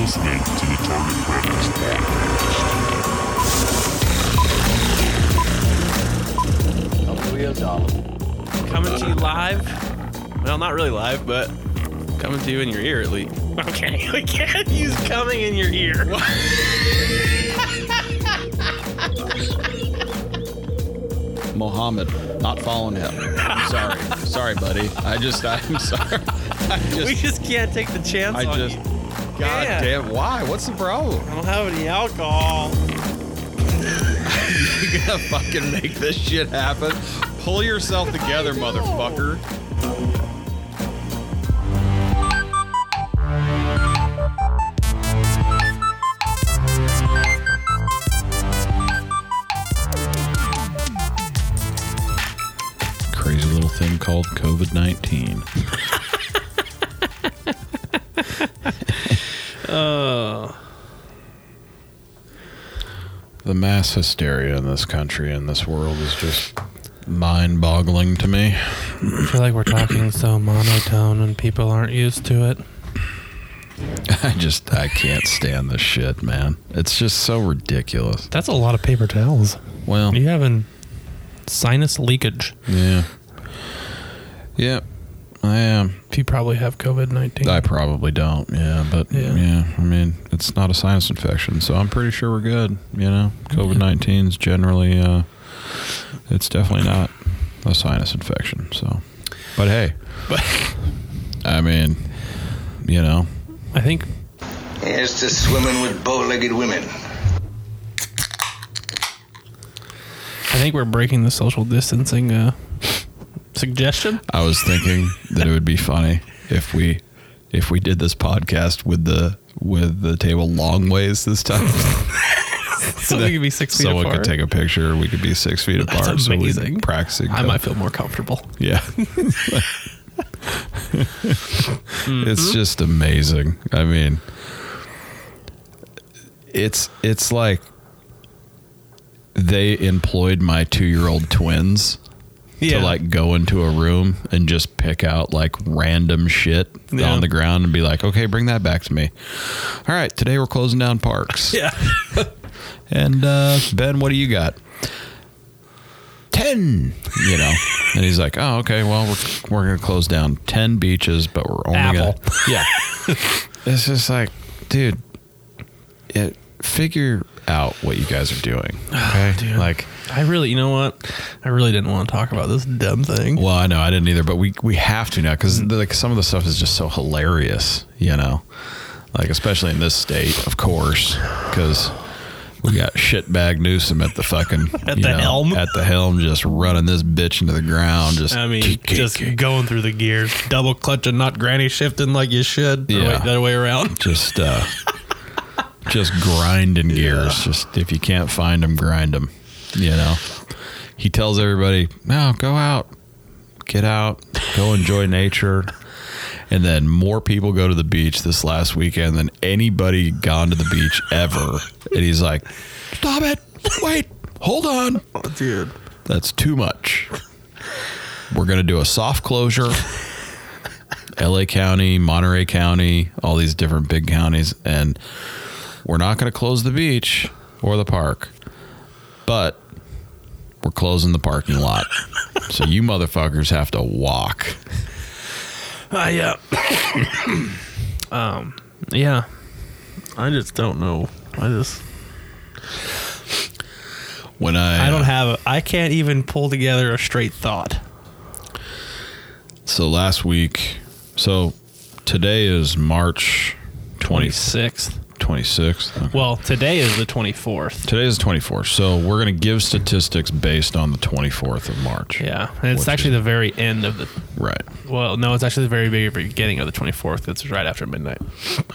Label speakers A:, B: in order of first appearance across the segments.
A: listening to the Target Practice Podcast.
B: coming to you live. Well, not really live, but coming to you in your ear at least. Okay, we can't use coming in your ear.
C: Mohammed, not following him. Sorry, sorry, buddy. I just, I'm sorry. I
B: We
C: just,
B: just can't take the chance.
C: I
B: on
C: just.
B: you.
C: God
B: Yeah.
C: damn, why? What's the problem?
B: I don't have any alcohol.
C: You gotta fucking make this shit happen. Pull yourself together, motherfucker.
D: crazy little thing called COVID 19. The mass hysteria in this country and this world is just mind boggling to me.
B: I feel like we're talking so monotone and people aren't used to it.
D: I just, I can't stand this shit, man. It's just so ridiculous.
B: That's a lot of paper towels.
D: Well,
B: You having sinus leakage?
D: yeah. Yeah, I am.
B: If you probably have COVID nineteen.
D: I probably don't. Yeah, but
B: Yeah.
D: yeah. I mean, it's not a sinus infection, so I'm pretty sure we're good. You know, COVID 19 is generally, uh, it's definitely not a sinus infection. So, but hey, I mean, you know,
B: I think
E: Here's to swimming with bow-legged women.
B: I think we're breaking the social distancing uh, suggestion.
D: I was thinking that it would be funny if we if we did this podcast with the with the table long ways this time.
B: So we could be six feet
D: Someone
B: apart.
D: could take a picture. We could be six feet apart. So
B: amazing.
D: we'd practicing.
B: I might feel more comfortable.
D: Yeah.
B: Mm-hmm.
D: It's just amazing. I mean, it's it's like they employed my 2-year-old twins to like go into a room and just pick out like random shit
B: Yeah.
D: on the ground and be like, "Okay, bring that back to me." All right, today we're closing down parks.
B: yeah.
D: And uh, Ben, what do you got? Ten, you know. and he's like, oh, okay. Well, we're we're gonna close down ten beaches, but we're only
B: Apple.
D: gonna yeah. it's just like, dude, it, figure out what you guys are doing. Okay, like.
B: I really, you know what? I really didn't want to talk about this dumb thing.
D: Well, I know I didn't either, but we we have to now because like some of the stuff is just so hilarious, you know, like especially in this state, of course, because we got shitbag Newsom at the fucking
B: At
D: you
B: the helm.
D: at the helm, just running this bitch into the ground. Just
B: I mean,
D: kick, kick,
B: just
D: kick.
B: going through the gears, double clutching, not granny shifting like you should. Yeah.
D: Yeah.
B: Wait, the other way around.
D: just uh, just grinding gears. Just if you can't find them, grind them. You know, he tells everybody, "No, go out, get out, go enjoy nature." And then more people go to the beach this last weekend than anybody gone to the beach ever. And he's like, "Stop it! Wait, hold on,
B: Dude.
D: that's too much. We're going to do a soft closure. LA County, Monterey County, all these different big counties. And we're not going to close the beach or the park, but we're closing the parking lot. so you motherfuckers have to walk.
B: I, uh, um, yeah. I just don't know. I just,
D: When I,
B: I don't have, a, I can't even pull together a straight thought.
D: so last week, so today is March 20,
B: 26th.
D: 26th. Okay.
B: Well, today is the 24th.
D: Today is the 24th, so we're going to give statistics based on the 24th of March.
B: Yeah. And it's
D: Which
B: actually
D: is-
B: the very end of the,
D: Right.
B: well, no, it's actually the very, very beginning of the 24th. It's right after midnight.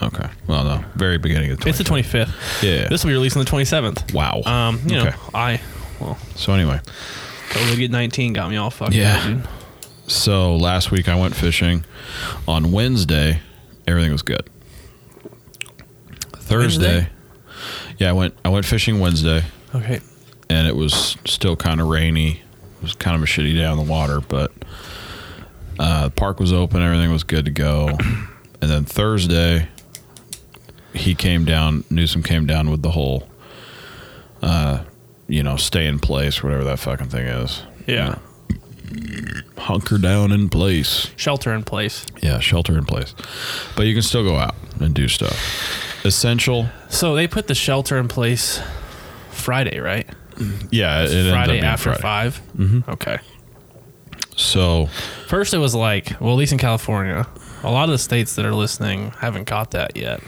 D: Okay. Well, no, very beginning of the 24th.
B: It's the 25th.
D: Yeah.
B: This will be released on the 27th.
D: Wow.
B: Um, you know,
D: Okay.
B: I, well,
D: So anyway,
B: COVID 19 got me all fucked
D: Yeah.
B: up, dude.
D: so last week I went fishing. On Wednesday, everything was good. Thursday, yeah, I went I went fishing Wednesday.
B: Okay.
D: and it was still kind of rainy. It was kind of a shitty day on the water, but uh, the park was open. Everything was good to go. And then Thursday, he came down, Newsom came down with the whole, uh, you know, stay in place, whatever that fucking thing is.
B: Yeah.
D: Hunker down in place.
B: Shelter in place.
D: Yeah, shelter in place. But you can still go out and do stuff. Essential.
B: So they put the shelter in place Friday, right?
D: Yeah, it ends up
B: Friday
D: being
B: after
D: Friday.
B: 5 Mm-hmm. Okay.
D: So
B: First, it was like, well, at least in California, a lot of the states that are listening haven't caught that yet.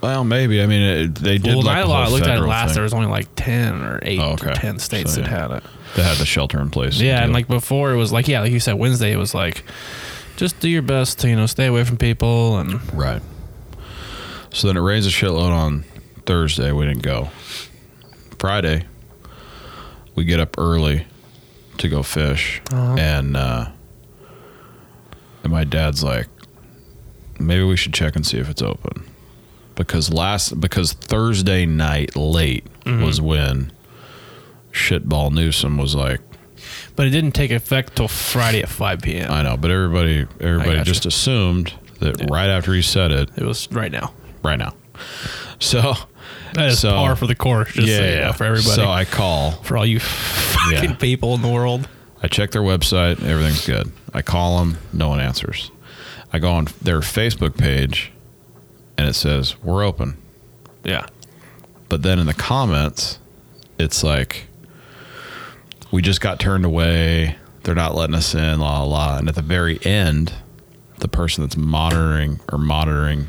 D: Well, maybe. I mean, it, they did.
B: Well, when
D: like
B: I
D: the whole
B: lo- looked at it
D: federal
B: last,
D: thing
B: there was only like 10 or 8
D: Oh,
B: or
D: okay.
B: 10 states
D: So,
B: that
D: yeah.
B: had it.
D: that had the shelter in place.
B: Yeah, and
D: deal.
B: like before, it was like, yeah, like you said, Wednesday, it was like, just do your best to, you know, stay away from people. And
D: right. So then it rains a shitload on Thursday. We didn't go. Friday, we get up early to go fish,
B: Uh-huh.
D: and uh, and my dad's like, maybe we should check and see if it's open, because last because Thursday night late
B: Mm-hmm.
D: was when shitball Newsom was like.
B: But it didn't take effect till Friday at 5 p.m.
D: I know, but everybody everybody
B: gotcha.
D: just assumed that right after he said it,
B: it was right now.
D: right now. So
B: That is
D: So-
B: par for the course, just
D: yeah,
B: so you
D: yeah.
B: know, for everybody.
D: So I call,
B: for all you fucking
D: Yeah.
B: people in the world.
D: I check their website, everything's good. I call them, no one answers. I go on their Facebook page, and it says we're open.
B: Yeah.
D: But then in the comments, it's like we just got turned away. They're not letting us in, la la. la. And at the very end, the person that's monitoring or monitoring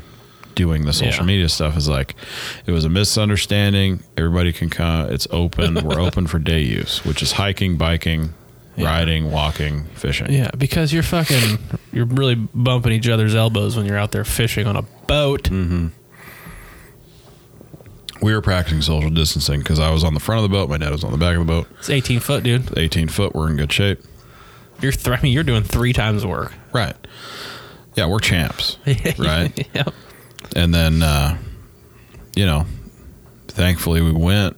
D: doing the social
B: Yeah.
D: media stuff is like, it was a misunderstanding. Everybody can come. It's open. We're open for day use, which is hiking, biking, riding, walking, fishing.
B: Yeah, because you're fucking, you're really bumping each other's elbows when you're out there fishing on a boat.
D: We were practicing social distancing because I was on the front of the boat. My dad was on the back of the boat.
B: It's 18 foot, dude.
D: 18 foot. We're in good shape.
B: You're, th- I mean, you're doing three times work.
D: Right. Yeah, we're champs. Right.
B: yep.
D: and then uh, you know, thankfully we went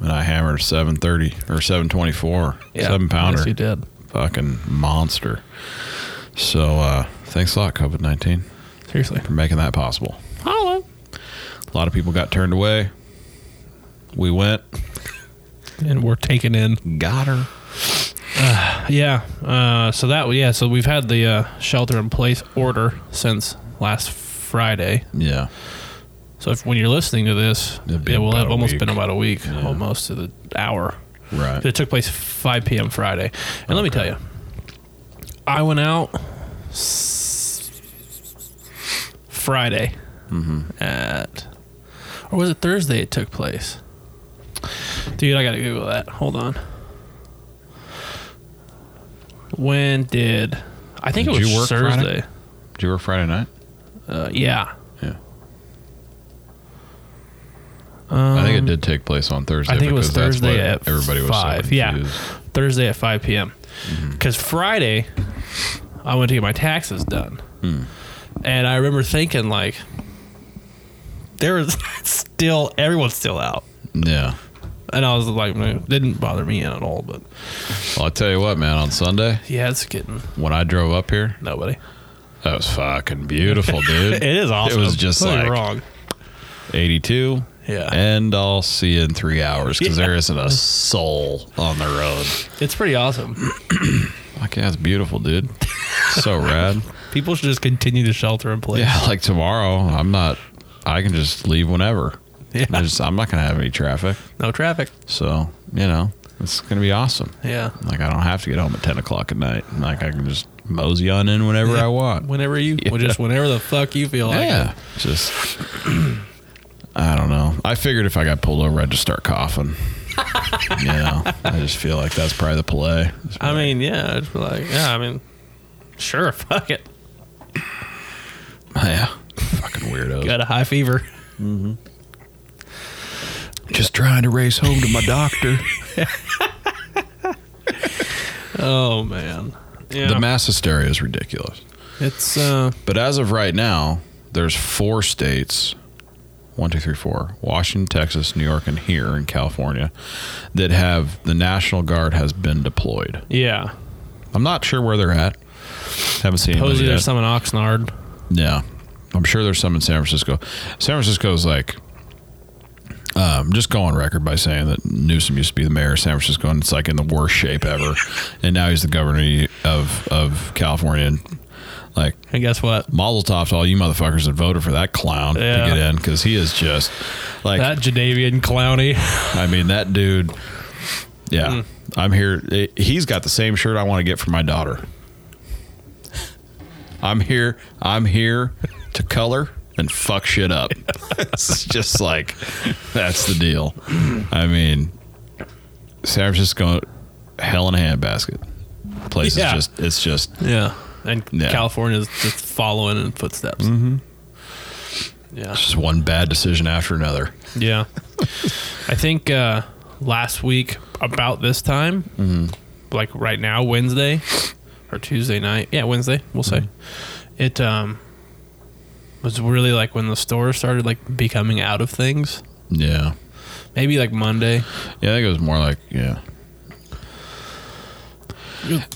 D: and I hammered seven thirty or seven twenty four,
B: Yeah.
D: seven
B: Yes,
D: pounder,
B: you did.
D: fucking monster. So uh, thanks a lot, COVID nineteen,
B: Seriously.
D: for making that possible.
B: Hello.
D: A lot of people got turned away. We went,
B: And we're taken in.
D: got her.
B: Yeah. Uh, so that yeah. So we've had the uh, shelter in place order since last Friday.
D: Yeah,
B: So if when you're listening to this,
D: It'll be
B: it will
D: about
B: have
D: a
B: almost
D: week.
B: been about a week, almost to the hour.
D: right.
B: It took place 5 p.m. Friday, and let me tell you, I went out s- Friday
D: Mm-hmm.
B: at, or was it Thursday? It took place. Dude, I gotta Google that. Hold on. When did? I think
D: Did
B: it was
D: you work Friday?
B: Thursday.
D: Did you work Friday night?
B: Uh, yeah,
D: Yeah. I think it did take place on Thursday.
B: Um, I think it was
D: because that's
B: Thursday
D: what
B: at
D: everybody was so
B: five. Yeah.
D: confused.
B: Thursday at 5 p.m.
D: Mm-hmm.
B: Because Friday, I went to get my taxes done.
D: Hmm.
B: And I remember thinking, like, there was still, everyone's still out.
D: yeah.
B: And I was like, "Man, it didn't bother me at all. But
D: Well, I'll tell you what, man. On Sunday,
B: yeah, it's getting
D: when I drove up here,
B: nobody.
D: That was fucking beautiful, dude.
B: It is awesome.
D: It was just
B: Don't get me
D: like Eh.
B: wrong.
D: 82.
B: Yeah.
D: And I'll see you in three hours because
B: Yeah.
D: there isn't a soul on the road.
B: It's pretty awesome.
D: Like, yeah, it's beautiful, dude. So rad.
B: People should just continue to shelter in place.
D: Yeah, like tomorrow, I'm not, I can just leave whenever.
B: Yeah.
D: There's, I'm not going to have any traffic.
B: No traffic.
D: So, you know, it's going to be awesome.
B: Yeah.
D: Like, I don't have to get home at 10 o'clock at night. Like, I can just mosey on in whenever I want.
B: Whenever you, well, just whenever the fuck you feel like.
D: Yeah. Just I don't know. I figured if I got pulled over I'd just start coughing. you know. I just feel like that's probably the play.
B: I mean, yeah, it's like, yeah, I mean, sure, fuck it.
D: Yeah. Fucking weirdos.
B: Got a high fever.
D: Just trying to race home to my doctor.
B: Oh man, yeah,
D: The mass hysteria is ridiculous.
B: it's uh,
D: But as of right now, there's four states one, two, three, four Washington, Texas, New York, and here in California that have the National Guard has been deployed.
B: yeah.
D: I'm not sure where they're at. Haven't seen anybody
B: Supposedly
D: yet.
B: there's some in Oxnard.
D: Yeah. I'm sure there's some in San Francisco. San Francisco's like, um, just go on record by saying that Newsom used to be the mayor of San Francisco, and it's like in the worst shape ever, and now he's the governor of of California. And like
B: And guess what?
D: Mazel tov to all you motherfuckers that voted for that clown
B: Yeah.
D: to get in because he is just like
B: That Jadavian Clowney.
D: I mean, that dude. Yeah,
B: Mm.
D: I'm here. it- He's got the same shirt I want to get for my daughter. I'm here. I'm here to color and fuck shit up. it's just like that's the deal. I mean, San Francisco, hell in a handbasket. Place
B: Yeah.
D: is just. It's just.
B: Yeah. Mm-hmm. And
D: Yeah.
B: California's just following in footsteps. Yeah.
D: Just one bad decision after another.
B: Yeah. I think uh, last week, about this time, like right now, Wednesday or Tuesday night. Yeah, Wednesday, we'll say. It um, was really like when the store started like becoming out of things.
D: Yeah.
B: Maybe like Monday.
D: Yeah, I think it was more like yeah.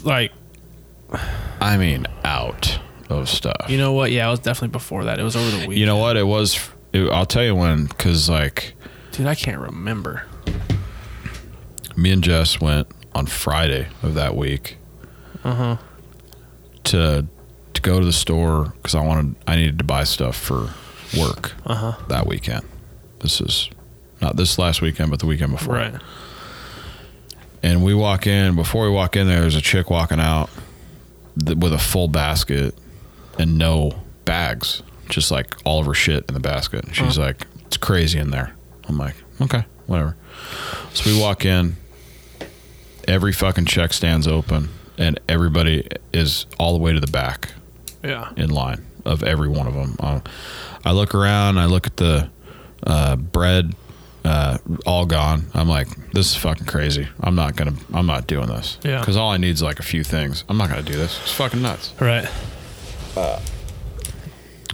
B: Like,
D: I mean, out of stuff.
B: you know what? Yeah, it was definitely before that. It was over the week.
D: You know what? It was. It, I'll tell you when, because like
B: Dude, I can't remember.
D: me and Jess went on Friday of that week. To to go to the store because I wanted I needed to buy stuff for work that weekend. This is not this last weekend, but the weekend before.
B: Right.
D: And we walk in. Before we walk in, there, there's a chick walking out th- with a full basket and no bags, just like all of her shit in the basket. And she's like, "It's crazy in there." I'm like, "Okay, whatever." So we walk in. Every fucking check stands open, and everybody is all the way to the back
B: Yeah.
D: in line of every one of them. Um, I look around, I look at the uh, bread, uh, all gone. I'm like, this is fucking crazy. I'm not gonna, I'm not doing this.
B: Yeah.
D: Because all I need is like a few things. I'm not gonna do this. It's fucking nuts.
B: Right.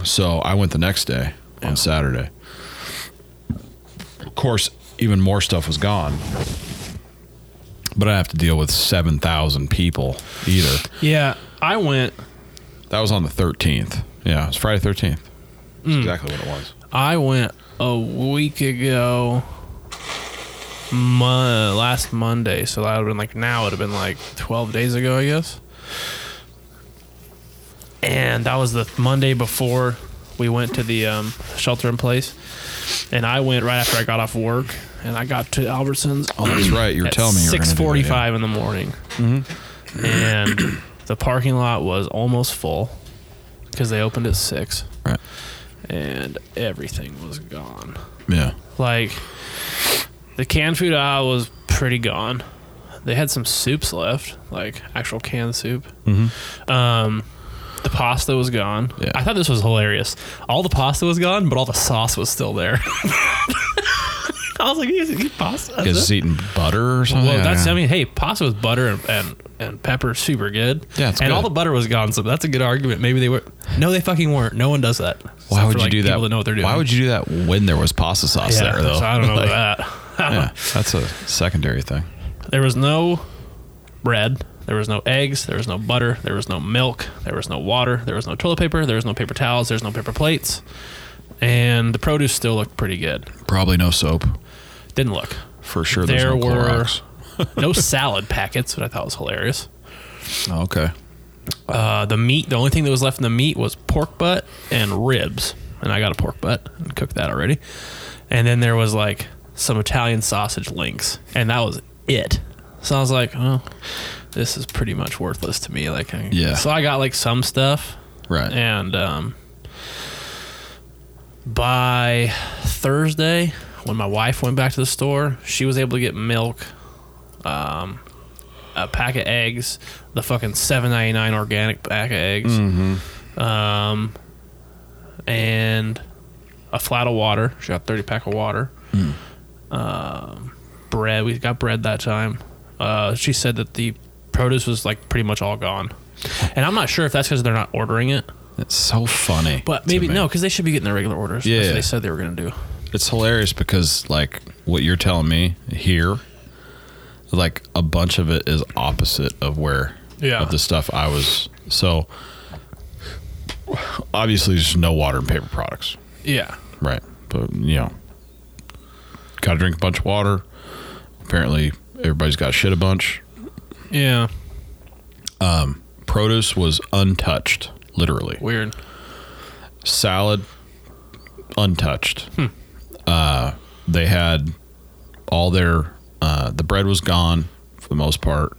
D: So I went the next day on Saturday. Of course, even more stuff was gone. But I have to deal with seven thousand people either.
B: Yeah, I went.
D: That was on the thirteenth. Yeah, it's Friday thirteenth. That's exactly what it was.
B: I went a week ago, mon- last Monday. So that would have been like now. It would have been like twelve days ago, I guess. And that was the Monday before we went to the um, shelter in place, and I went right after I got off work, and I got to Albertsons
D: Oh, that's right. You were
B: at
D: telling me you were gonna do
B: six
D: that, Mm-hmm.
B: forty-five in the morning, and the parking lot was almost full because they opened at six,
D: Right.
B: and everything was gone.
D: Yeah.
B: Like the canned food aisle was pretty gone. They had some soups left, like actual canned soup. Um, the pasta was gone.
D: Mm-hmm. Yeah.
B: I thought this was hilarious. All the pasta was gone, but all the sauce was still there. I was like, "You guys eat pasta?"
D: Is this eating butter or something?
B: Well, that's.
D: Oh, yeah.
B: I mean, hey, pasta with butter and and, and pepper is super good.
D: Yeah, it's
B: and all
D: good.
B: the butter was gone, so that's a good argument. Maybe they were. No, they fucking weren't. No one does that.
D: Why
B: Except
D: would
B: for,
D: you
B: like,
D: do that?
B: People that know what they're doing.
D: Why would you do that when there was pasta sauce
B: Yeah,
D: there though?
B: so I don't know
D: Like,
B: about that.
D: yeah, that's a secondary thing.
B: There was no bread. There was no eggs. There was no butter. There was no milk. There was no water. There was no toilet paper. There was no paper towels. There's no paper plates. And the produce still looked pretty good.
D: Probably no soap
B: Didn't look.
D: for sure. There's
B: There
D: no
B: were
D: Clorox.
B: no salad packets, which I thought was hilarious.
D: Oh, okay.
B: Uh, the meat, the only thing that was left in the meat was pork butt and ribs. And I got a pork butt and cooked that already. And then there was like some Italian sausage links, and that was it. So I was like, oh, this is pretty much worthless to me. Like, I-
D: Yeah.
B: So I got like some stuff,
D: Right.
B: and um, by Thursday, when my wife went back to the store, she was able to get milk, um, a pack of eggs, the fucking seven ninety nine organic pack of eggs, um, and a flat of water. She got thirty pack of water. Um, bread. We got bread that time. Uh, she said that the produce was like pretty much all gone, and I'm not sure if that's because they're not ordering it.
D: It's so funny.
B: But
D: to
B: maybe
D: me.
B: no, because they should be getting their regular orders.
D: Yeah.
B: That's what they said they were going to do.
D: It's hilarious because like what you're telling me here, like a bunch of it is opposite of where
B: Yeah.
D: of the stuff I was. So obviously there's no water and paper products,
B: Yeah.
D: right? But you know, gotta drink a bunch of water. Apparently, everybody's got shit a bunch.
B: Yeah.
D: Produce was untouched, literally.
B: Weird.
D: salad untouched. Uh, they had all their uh, the bread was gone for the most part,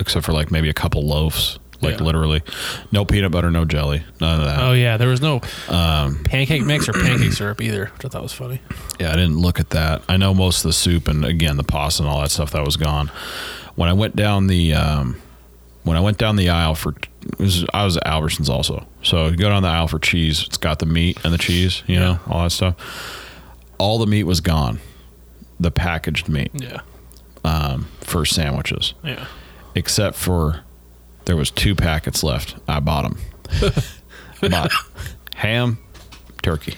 D: except for like maybe a couple loaves. Like
B: Yeah.
D: literally, no peanut butter, no jelly, none of that.
B: Oh yeah, there was no
D: Um,
B: pancake mix or pancake syrup either, which I thought was funny.
D: Yeah, I didn't look at that. I know most of the soup and again the pasta and all that stuff that was gone. When I went down the um, when I went down the aisle for it was, I was at Albertsons also. So you go down the aisle for cheese, it's got the meat and the cheese, you know, all that stuff. All the meat was gone. The packaged meat
B: Yeah.
D: for sandwiches
B: Yeah.
D: except for there was two packets left. I bought them. bought ham, turkey.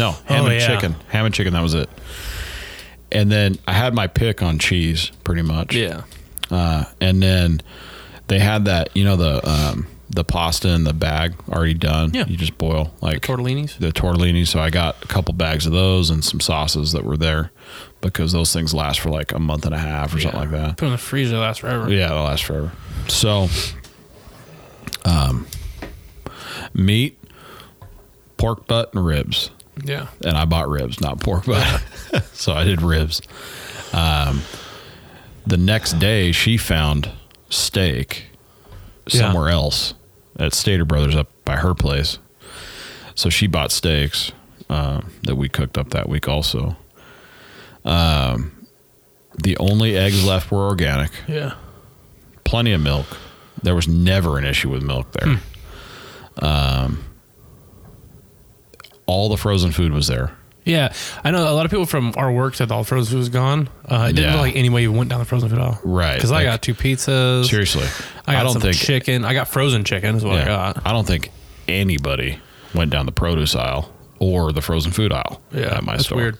D: No, ham
B: Oh,
D: and
B: yeah.
D: chicken. Ham and chicken. That was it. And then I had my pick on cheese, pretty much.
B: Yeah.
D: Uh, and then they had that, you know, the um, the pasta in the bag already done.
B: Yeah.
D: You just boil like
B: Tortellinis.
D: the tortellini. So I got a couple bags of those and some sauces that were there because those things last for like a month and a half or something like that.
B: Put in the freezer last forever.
D: Yeah, it'll last forever. So, um, meat, pork butt, and ribs.
B: Yeah.
D: And I bought ribs, not pork butt. so I did ribs. Um, the next day, she found steak
B: Yeah.
D: somewhere else at Stater Brothers up by her place. So she bought steaks uh, that we cooked up that week also. Um, the only eggs left were organic
B: Yeah.
D: plenty of milk. There was never an issue with milk there.
B: Hmm.
D: Um, all the frozen food was there.
B: Yeah. I know a lot of people from our work said all the frozen food was gone. Uh, it didn't
D: Yeah.
B: look like any way you went down the frozen food at all.
D: Right,
B: Because I
D: like-
B: got two pizzas.
D: Seriously,
B: I got
D: I don't
B: some
D: think
B: chicken. I got frozen chicken is what I
D: yeah,
B: got.
D: I don't think anybody went down the produce aisle or the frozen food aisle.
B: Yeah,
D: at my
B: that's
D: store.
B: weird.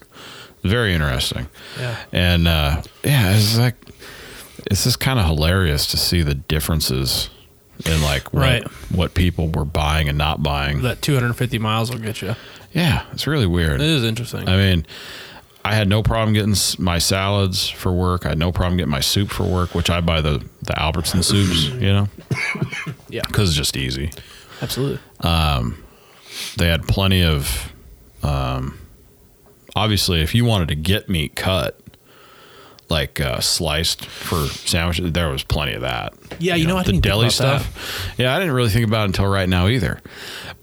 D: Very interesting.
B: Yeah.
D: and uh, yeah, it's like it's just kind of hilarious to see the differences in like what,
B: Right.
D: what people were buying and not buying.
B: That 250 miles will get you.
D: yeah, it's really weird.
B: It is interesting.
D: I mean, I had no problem getting s- my salads for work. I had no problem getting my soup for work, which I buy the the Albertson soups, you know.
B: Yeah.
D: because it's just easy.
B: Absolutely.
D: They had plenty of. Um, obviously, if you wanted to get meat cut, like uh, sliced for sandwiches, there was plenty of that.
B: Yeah, you know, I
D: the
B: didn't think
D: deli
B: about that.
D: stuff. Yeah, I didn't really think about it until right now either.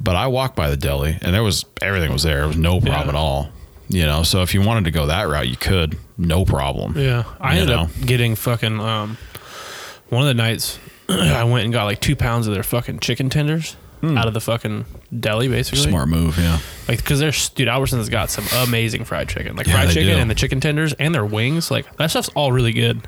D: But I walked by the deli, and there was everything was there. It was no problem
B: Yeah.
D: at all. You know, so if you wanted to go that route, you could, no problem.
B: Yeah, I
D: You
B: ended
D: know?
B: up getting fucking um, one of the nights. I went and got like two pounds of their fucking chicken tenders out of the fucking deli, basically.
D: Hmm. Smart move, yeah.
B: like because there's dude Albertson's got some amazing fried chicken, like
D: Yeah,
B: fried
D: they
B: chicken
D: do.
B: and the chicken tenders and their wings. Like that stuff's all really good.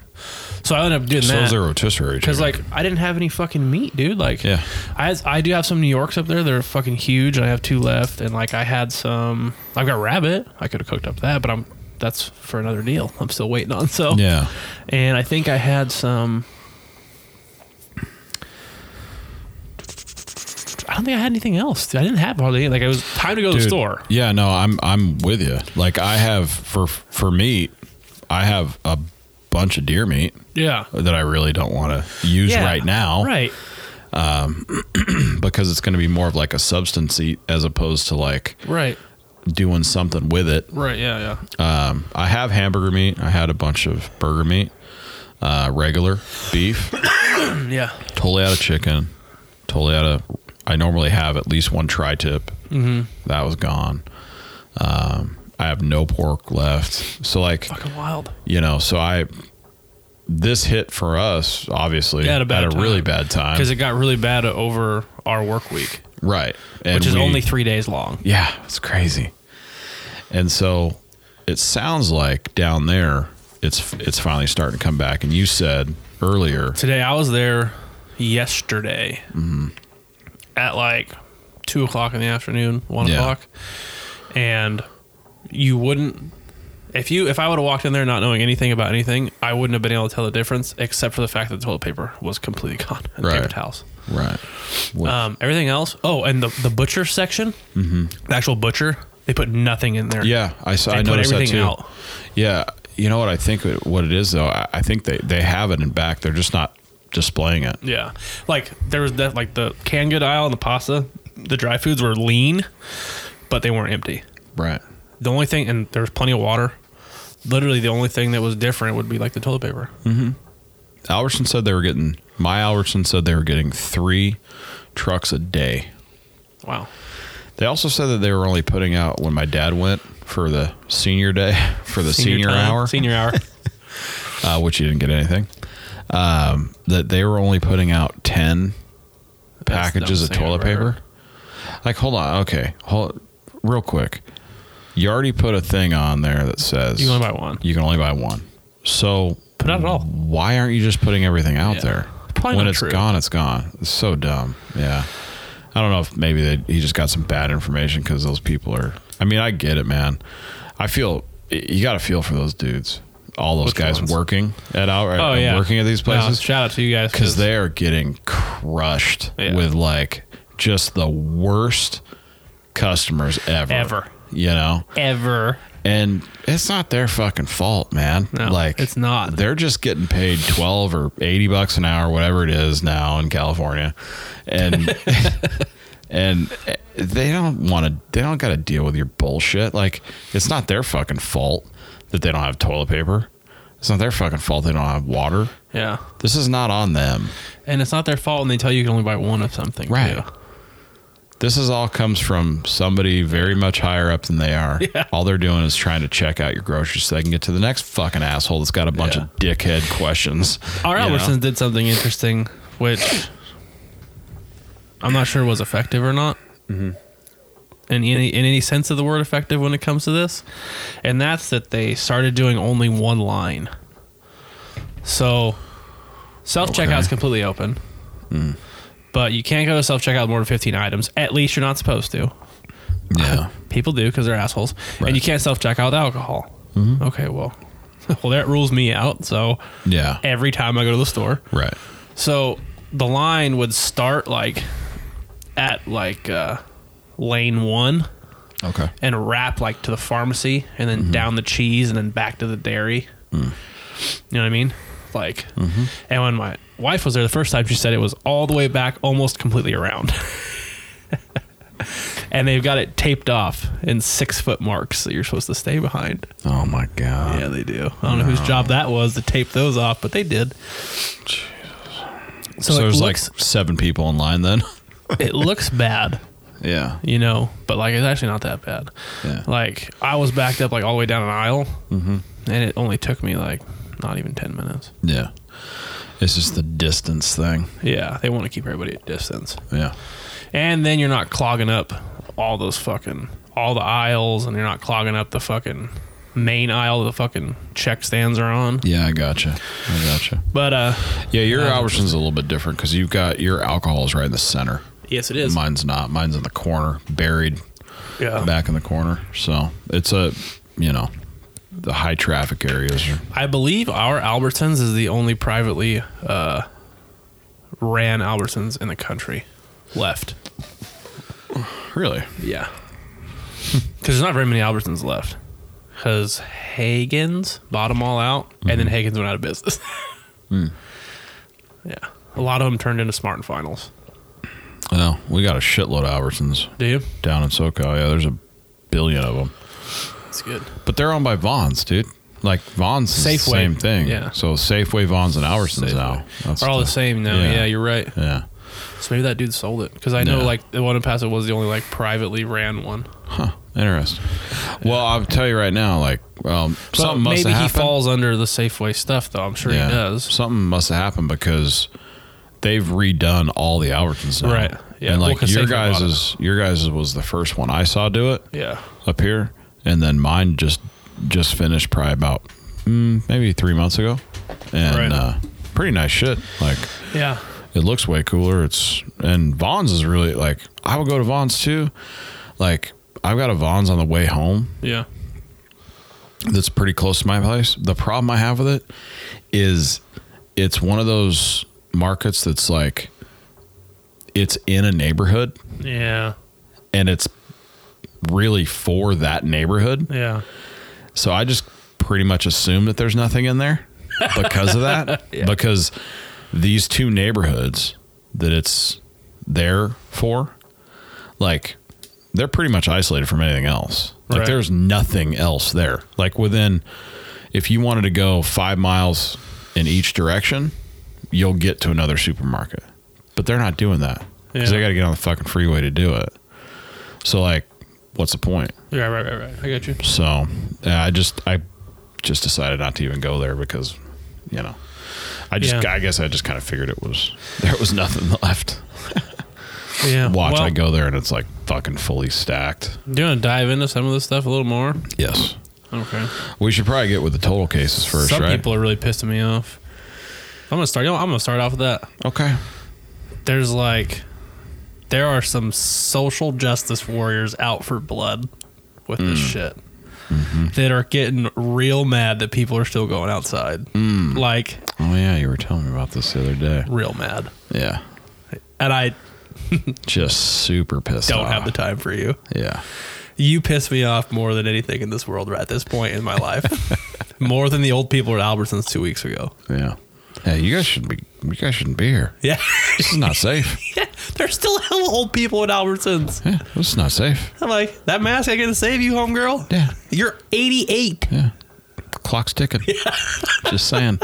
B: So I ended up doing
D: So is
B: that
D: there rotisserie?
B: because
D: chicken.
B: like I didn't have any fucking meat, dude. Like
D: Yeah.
B: I has- I do have some New Yorks up there. They're fucking huge. I have two left, and like I had some. I've got rabbit. I could have cooked up that, but I'm that's for another deal. I'm still waiting on. So
D: yeah,
B: and I think I had some. I don't think I had anything else. I didn't have hardly any. like it was time to go to the
D: Dude,
B: store.
D: Yeah, no, I'm I'm with you. Like I have for for meat, I have a bunch of deer meat
B: Yeah,
D: that I really don't want to use
B: yeah,
D: right now,
B: Right.
D: Because it's going to be more of like a substance eat as opposed to like
B: Right.
D: doing something with it.
B: Right. Yeah. Yeah.
D: Um, I have hamburger meat. I had a bunch of burger meat, uh, regular beef,
B: yeah.
D: totally out of chicken, totally out of. I normally have at least one tri-tip. Mm-hmm. That was gone. Um, I have no pork left. So like,
B: Fucking wild.
D: you know, so I. This hit for us, obviously,
B: At a bad time.
D: really bad time,
B: Because it got really bad over our work week,
D: right? And
B: which is
D: we-
B: only three days long.
D: Yeah, it's crazy. And so it sounds like down there it's it's finally starting to come back and you said earlier
B: Today I was there yesterday
D: Mm-hmm.
B: at like two o'clock in the afternoon, one
D: Yeah.
B: o'clock, and you wouldn't. If you if I would have walked in there not knowing anything about anything, I wouldn't have been able to tell the difference except for the fact that the toilet paper was completely gone and
D: Right.
B: paper towels.
D: Right. What?
B: Um, everything else. Oh, and the the butcher section, mm-hmm. the actual butcher, they put nothing in there.
D: yeah, I saw.
B: they
D: I
B: put
D: noticed that
B: everything
D: too.
B: out.
D: Yeah, you know what I think it- what it is though. I, I think they they have it in back. They're just not displaying it.
B: Yeah, like there was that like the canned good aisle and the pasta, the dry foods were lean, but they weren't empty.
D: Right.
B: The only thing, and there was plenty of water. Literally, the only thing that was different would be like the toilet paper.
D: Hmm. Albertson said they were getting. My Albertson said they were getting three trucks a day.
B: Wow.
D: They also said that they were only putting out when my dad went for the senior day for the senior,
B: time,
D: hour,
B: Senior hour.
D: uh, which he didn't get anything. Um, that they were only putting out ten
B: That's the
D: packages of
B: dumbest thing
D: toilet
B: I've ever
D: paper. Like, hold on, okay, hold real quick. You already put a thing on there that says
B: You only buy one.
D: You can only buy one. So
B: Put out it all.
D: Why aren't you just putting everything out
B: Yeah.
D: there?
B: Probably
D: when
B: not
D: it's
B: true.
D: gone, it's gone. It's so dumb. Yeah. I don't know if maybe they, he just got some bad information because those people are. I mean, I get it, man. I feel you got to feel for those dudes, all those
B: Which
D: guys
B: ones?
D: working at our
B: Oh yeah,
D: working at these
B: No,
D: places
B: shout out to you guys
D: because they are getting crushed
B: Yeah.
D: with like just the worst customers ever.
B: Ever.
D: You know,
B: ever.
D: and it's not their fucking fault, man.
B: No,
D: like
B: it's not.
D: They're just getting paid twelve or eighty bucks an hour, whatever it is now in California, and and they don't want to. They don't got to deal with your bullshit. Like it's not their fucking fault that they don't have toilet paper. It's not their fucking fault they don't have water.
B: Yeah,
D: This is not on them.
B: and it's not their fault, and they tell you you can only buy one of something.
D: Right.
B: too.
D: This is all comes from somebody very much higher up than they are.
B: Yeah.
D: All they're doing is trying to check out your groceries so they can get to the next fucking asshole that's got a bunch
B: Yeah.
D: of dickhead questions.
B: R.
D: you know?
B: Albertsons did something interesting, which I'm not sure was effective or not.
D: Mm-hmm.
B: In any in any sense of the word effective when it comes to this, and that's that they started doing only one line. So self checkout's
D: Okay. Mm.
B: completely open, but you can't go to self checkout with more than 15 items. At least you're not supposed to.
D: Yeah.
B: People do because they're assholes,
D: Right. Mm-hmm.
B: and you can't self checkout with alcohol. Okay, well, well that rules me out. So
D: Yeah.
B: every time I go to the store.
D: right.
B: So the line would start like at like uh, lane one
D: Okay.
B: and wrap like to the pharmacy and then down the cheese and then back to the dairy. You know what I mean? Like, and when my wife was there the first time, she said it was all the way back, almost completely around. and they've got it taped off in six foot marks that you're supposed to stay behind.
D: Oh my god.
B: Yeah, they do. I don't know whose job that was to tape those off, but they did.
D: So,
B: it
D: there's
B: looks-
D: like seven people in line then.
B: it looks bad,
D: yeah.
B: you know, but like it's actually not that bad.
D: Yeah.
B: Like I was backed up like all the way down an aisle, and it only took me like not even ten minutes.
D: Yeah. It's just the distance thing.
B: Yeah, they want to keep everybody at distance,
D: Yeah.
B: and then you're not clogging up all those fucking all the aisles, and you're not clogging up the fucking main aisle the fucking check stands are on.
D: Yeah, I gotcha. I gotcha.
B: But uh,
D: Yeah, your
B: Yeah.
D: Albertson's a little bit different because you've got your alcohol is right in the center.
B: yes, Oh. it is.
D: Mine's not. Mine's in the corner, buried.
B: yeah,
D: back in the corner. So it's a, you know, the high traffic areas. Are,
B: I believe our Albertsons is the only privately uh, ran Albertsons in the country left.
D: really?
B: Yeah. Because there's not very many Albertsons left. Because Hagen's bought them all out, and
D: Mm-hmm.
B: then Hagen's went out of business.
D: Mm.
B: Yeah. A lot of them turned into Smart and Finals.
D: Well, we got a shitload of Albertsons
B: Do you?
D: down in SoCal. Yeah, there's a billion of them,
B: That's good.
D: but they're owned by Vaughn's, dude. Like Vaughn's is the
B: Safeway.
D: same thing.
B: Yeah.
D: So Safeway, Vaughn's, and Albertsons now. That's
B: Are all the same now.
D: yeah.
B: Yeah. you're right.
D: Yeah.
B: So maybe that dude sold it. Because I know,
D: Yeah.
B: like, the one in Paso was the only, like, privately ran one.
D: Interesting. Well, I'll tell you right now, like, um, something
B: But
D: must
B: maybe
D: have
B: he
D: happened.
B: falls under the Safeway stuff, though. I'm sure he does.
D: Something must have happened because they've redone all the Albertsons now.
B: Right. Yeah.
D: And like
B: Well, 'cause
D: your
B: Safeway bought
D: guys is your guys was the first one I saw do it
B: Yeah.
D: up here, and then mine just just finished probably about mm, maybe three months ago, and
B: Right.
D: uh, pretty nice shit. Like
B: Yeah.
D: it looks way cooler. It's and Vaughn's is really like I would go to Vaughn's too. Like I've got a Vaughn's on the way home
B: Yeah.
D: that's pretty close to my place. The problem I have with it is it's one of those markets that's like it's in a neighborhood
B: Yeah.
D: and it's really for that neighborhood.
B: Yeah.
D: So I just pretty much assume that there's nothing in there because of that. Because these two neighborhoods that it's there for, like, they're pretty much isolated from anything else. Like,
B: Right.
D: there's nothing else there. Like, within, if you wanted to go five miles in each direction, you'll get to another supermarket. But they're not doing that because
B: Yeah.
D: they got to get on the fucking freeway to do it. So, like, what's the point?
B: Yeah. Right. Right. Right. I got you.
D: So uh, I just I just decided not to even go there because you know I just
B: Yeah.
D: I guess I just kind of figured it was there was nothing left.
B: Yeah.
D: Watch
B: Well,
D: I go there and it's like fucking fully stacked.
B: Do you want to dive into some of this stuff a little more?
D: Yes.
B: Okay.
D: We should probably get with the total cases first,
B: some
D: right?
B: people are really pissing me off. I'm gonna start. You know, I'm gonna start off with that.
D: okay.
B: There's like, there are some social justice warriors out for blood with this
D: Mm.
B: shit
D: Mm-hmm.
B: that are getting real mad that people are still going outside. Like
D: Oh yeah, you were telling me about this the other day.
B: real mad,
D: Yeah.
B: and I
D: Just super pissed
B: don't
D: off.
B: have the time for you.
D: Yeah.
B: You piss me off more than anything in this world right at this point in my life. more than the old people at Albertsons two weeks ago.
D: Yeah. Hey, you guys shouldn't be you guys shouldn't be here.
B: Yeah.
D: This is not safe.
B: There's still hella old people at Albertsons.
D: Yeah, this is not safe.
B: I'm like, that mask ain't gonna save you, homegirl.
D: Yeah.
B: You're 88.
D: Yeah. Clock's ticking. Just saying.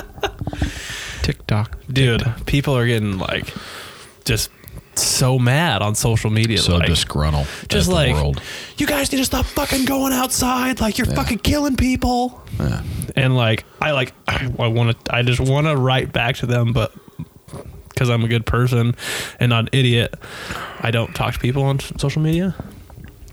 D: Tick tock.
B: Dude, people are getting like just so mad on social media.
D: So
B: like,
D: disgruntled.
B: just
D: at the
B: like,
D: world.
B: you guys need to stop fucking going outside. Like, you're fucking killing people.
D: Yeah.
B: And like, I like, I, I want to, I just want to write back to them, but because I'm a good person and not an idiot, I don't talk to people on s- social media.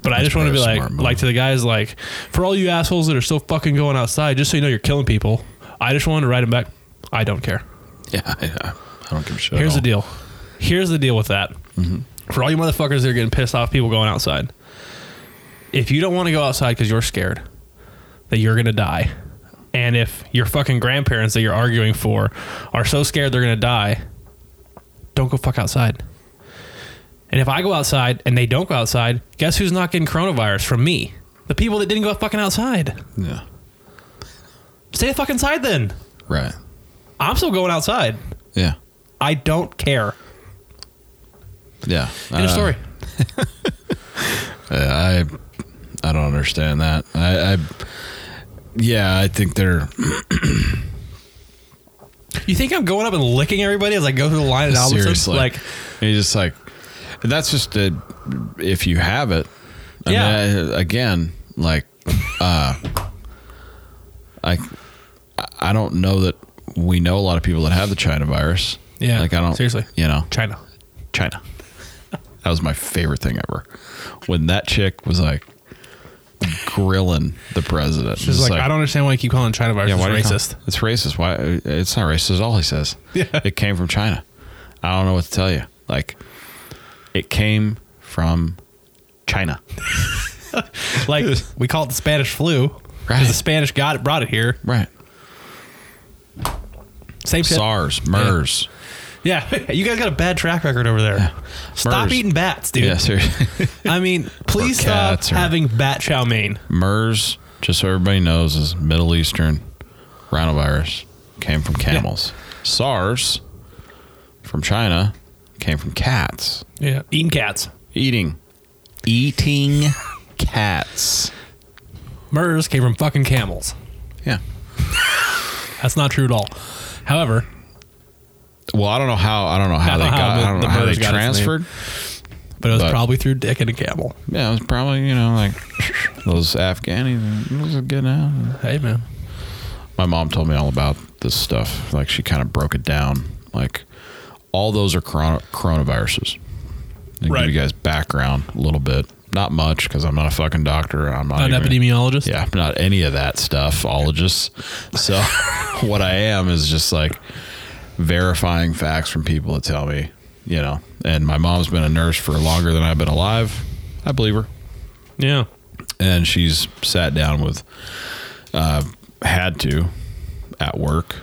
B: But I
D: That's
B: just want to be
D: probably a
B: like,
D: smart move.
B: like to the guys, like, for all you assholes that are still fucking going outside, just so you know you're killing people. I just wanted to write them back. I don't care.
D: Yeah, yeah. I don't give a shit. at
B: Here's the
D: all.
B: deal. Here's the deal with that. For all you motherfuckers that are getting pissed off, people going outside. If you don't want to go outside because you're scared that you're gonna die, and if your fucking grandparents that you're arguing for are so scared they're gonna die, don't go fuck outside. And if I go outside and they don't go outside, guess who's not getting coronavirus from me? The people that didn't go fucking outside.
D: Yeah.
B: Stay the fuck inside then.
D: Right.
B: I'm still going outside.
D: Yeah.
B: I don't care.
D: Yeah.
B: End
D: Uh,
B: of story.
D: I I don't understand that. I, I yeah, I think they're
B: You think I'm going up and licking everybody as I go through the line at Albertsons?
D: seriously
B: Like,
D: you just like and that's just a, if you have it. I
B: Yeah.
D: mean, I- again, like uh I I don't know that we know a lot of people that have the China virus.
B: Yeah,
D: Like I don't
B: seriously.
D: You know.
B: China.
D: China. That was my favorite thing ever. When that chick was like grilling the president.
B: She's like, I don't understand why you keep calling China virus
D: do you call-
B: racist.
D: it's racist. Why? It's not racist at all. He says.
B: Yeah.
D: It came from China. I don't know what to tell you. Like, it came from China.
B: like, we call it the Spanish flu. 'cause
D: Right.
B: The Spanish got it, brought it here.
D: Right.
B: Same shit.
D: SARS, MERS.
B: Yeah. you guys got a bad track record over there. Stop
D: MERS.
B: eating bats, dude.
D: Yeah, seriously.
B: I mean, please stop
D: cats or-
B: having bat chow mein.
D: MERS, just so everybody knows, is Middle Eastern rhinovirus. Came from camels. SARS from China came from cats.
B: Yeah. Eating cats.
D: Eating. Eating cats.
B: MERS came from fucking camels.
D: Yeah.
B: That's not true at all. However,
D: Well, I don't know how I don't know how
B: I
D: they
B: don't know how
D: got
B: the-
D: I don't know
B: the
D: how they
B: MERS got its name.
D: transferred.
B: but it was
D: But-
B: probably through dick and a camel.
D: Yeah, it was probably, you know, like those Afghani it was a good out.
B: Hey, man.
D: My mom told me all about this stuff. Like she kind of broke it down. Like all those are corona, coronaviruses. And
B: Right.
D: Give you guys background a little bit. Not much because I'm not a fucking doctor. I'm not
B: An
D: even-
B: epidemiologist?
D: Yeah, I'm not any of that stuff. Ologist. So what I am is just like verifying facts from people that tell me, you know. And my mom's been a nurse for longer than I've been alive. I believe her
B: Yeah.
D: and she's sat down with uh, had to at work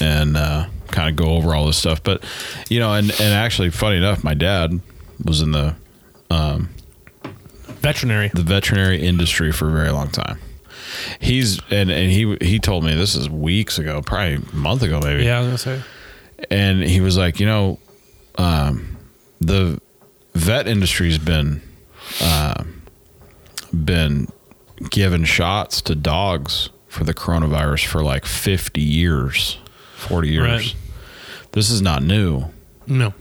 D: and uh, kind of go over all this stuff but you know and, and actually funny enough my dad was in the
B: Veterinary.
D: the veterinary industry for a very long time. He's and and he he told me this is weeks ago, probably a month ago maybe.
B: Yeah, I was gonna say.
D: And he was like, you know, um, the vet industry's been uh, been given shots to dogs for the coronavirus for like 50 years, 40 years.
B: Right.
D: This is not new.
B: No.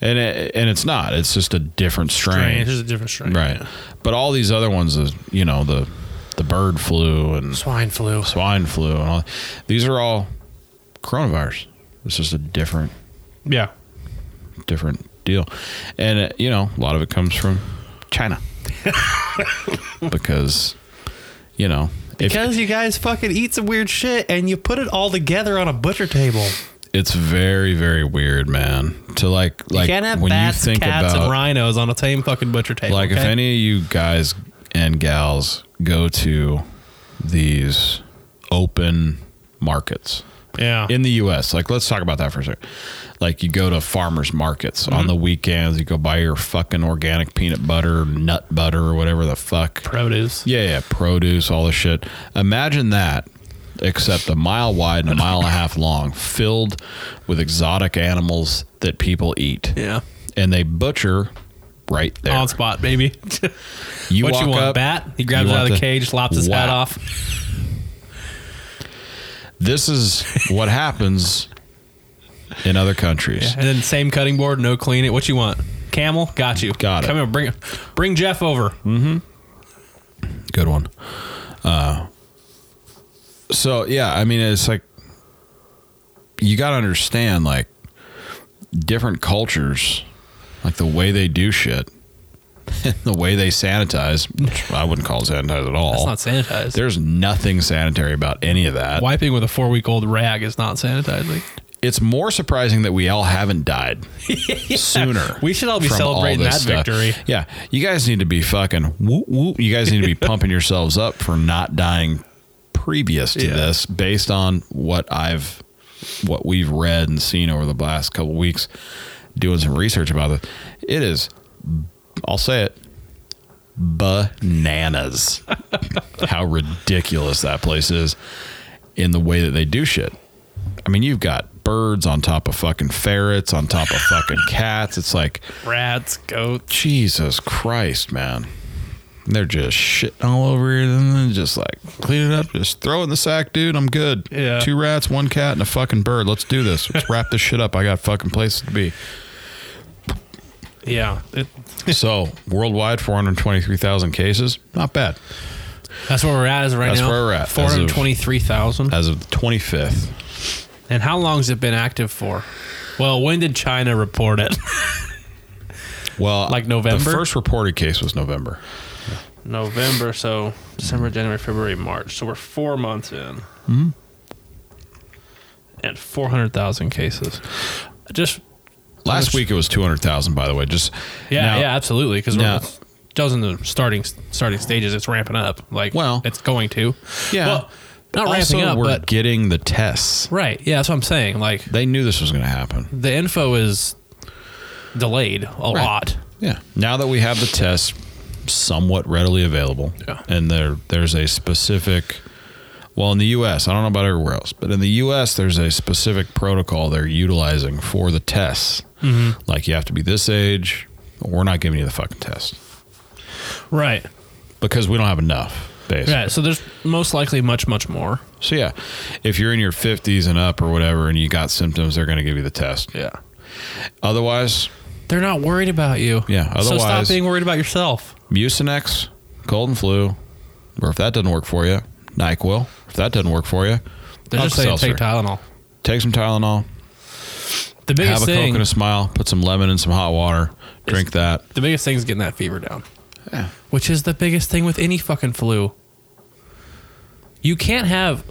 D: And it, and it's not. It's just a different strain.
B: Strain. There's a different strain.
D: Right. But all these other ones, is, you know, the the bird flu and
B: Swine flu.
D: swine flu and all these are all coronavirus. It's just a different
B: Yeah.
D: different deal. And uh, you know, a lot of it comes from China. because you know, if
B: Because you guys fucking eat some weird shit and you put it all together on a butcher table.
D: it's very very weird, man. To like like
B: you can't have
D: when
B: bats,
D: you think
B: cats,
D: about
B: and rhinos on the same fucking butcher table.
D: Like if
B: okay?
D: any of you guys and gals go to these open markets
B: Yeah.
D: in the US, like let's talk about that for a second. Like you go to farmers markets on
B: Mm-hmm.
D: the weekends, you go buy your fucking organic peanut butter, nut butter, or whatever the fuck.
B: Produce.
D: Yeah, yeah, produce, all this shit. Imagine that, except a mile wide and a mile and a half long, filled with exotic animals that people eat.
B: Yeah.
D: And they butcher right there.
B: On spot, baby.
D: You
B: what you
D: walk
B: want,
D: up,
B: bat? He grabs
D: you
B: it out
D: want
B: of the,
D: the-
B: cage, lops his head
D: Wow.
B: off.
D: This is what happens in other countries.
B: And then same cutting board, no clean it. What you want? Camel? Got you.
D: Got it. Mm.
B: Come here, bring bring Jeff over.
D: Good one. Uh, so yeah, I mean, it's like you got to understand like different cultures, like the way they do shit, the way they sanitize. Which I wouldn't call sanitize at all.
B: It's not sanitized.
D: There's nothing sanitary about any of that.
B: Wiping with a four week old rag is not sanitizing.
D: It's more surprising that we all haven't died sooner.
B: We should all be
D: from all
B: celebrating
D: this
B: that
D: stuff.
B: victory.
D: Yeah, you guys need to be fucking. Whoop, whoop. You guys need to be pumping yourselves up for not dying previous to
B: Yeah.
D: this, based on what I've, what we've read and seen over the last couple weeks, doing some research about it. It is, I'll say it, bananas. how ridiculous that place is in the way that they do shit. I mean, you've got birds on top of fucking ferrets, on top of fucking cats. It's like,
B: Rats, goats.
D: Jesus Christ, man. They're just shitting all over you and then just like clean it up, just throw it in the sack, dude. I'm good.
B: Yeah.
D: Two rats, one cat, and a fucking bird. Let's do this. Let's wrap this shit up. I got fucking places to be.
B: Yeah. It,
D: So worldwide, four hundred twenty-three thousand cases. Not bad.
B: that's where we're at as of right
D: That's
B: now.
D: where we're at as of-
B: 423,000.
D: As of the twenty-fifth.
B: And how long has it been active for? Well, when did China report it?
D: Well,
B: Like November?
D: The first reported case was November.
B: November, so December, January, February, March. So we're four months in. Mm-hmm. And 400,000 cases. Just,
D: Last
B: much-
D: week it was two hundred thousand. By the way, just
B: yeah,
D: now-
B: yeah, absolutely. Because we're
D: now-
B: just in the starting starting stages. It's ramping up. Like,
D: Well-
B: it's going to.
D: yeah.
B: Well, not
D: also,
B: ramping up,
D: we're
B: but.
D: getting the tests.
B: right. Yeah, that's what I'm saying. Like,
D: They knew this was going to happen.
B: the info is delayed a lot.
D: Yeah. Now that we have the tests somewhat readily available,
B: Yeah.
D: and there there's a specific. Well, in the U.S., I don't know about everywhere else, but in the U.S., there's a specific protocol they're utilizing for the tests.
B: Mm-hmm.
D: Like you have to be this age. We're not giving you the fucking test
B: Right.
D: because we don't have enough. Basically.
B: Yeah. So there's most likely much, much more.
D: So yeah, if you're in your 50s and up or whatever, and you got symptoms, they're going to give you the test.
B: Yeah.
D: Otherwise,
B: They're not worried about you.
D: Yeah,
B: so stop
D: otherwise-
B: being worried about yourself.
D: Mucinex, cold and flu, or if that doesn't work for you, Nyquil. If that doesn't work for you,
B: They're just saying
D: Alka-Seltzer.
B: take Tylenol.
D: Take some Tylenol.
B: The
D: Have
B: biggest
D: a
B: thing,
D: coke and a smile. Put some lemon in some hot water. Drink that.
B: the biggest thing is getting that fever down.
D: Yeah.
B: Which is the biggest thing with any fucking flu. You can't have,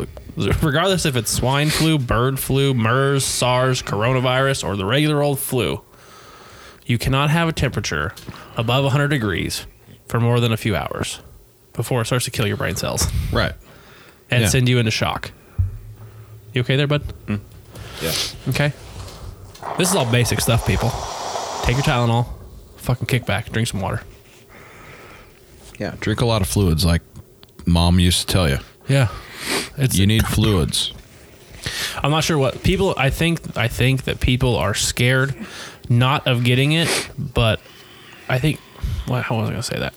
B: regardless if it's swine flu, bird flu, MERS, SARS, coronavirus, or the regular old flu, you cannot have a temperature above 100 degrees for more than a few hours before it starts to kill your brain cells
D: Right.
B: and
D: Yeah.
B: send you into shock. You okay there, bud?
D: Yeah.
B: Okay. This is all basic stuff, people. Take your Tylenol. fucking kick back, drink some water.
D: Yeah. Drink a lot of fluids, like mom used to tell you.
B: Yeah, it's
D: You need fluids.
B: I'm not sure what people. I think I think that people are scared, not of getting it, but I think. Well, how was I going to say that?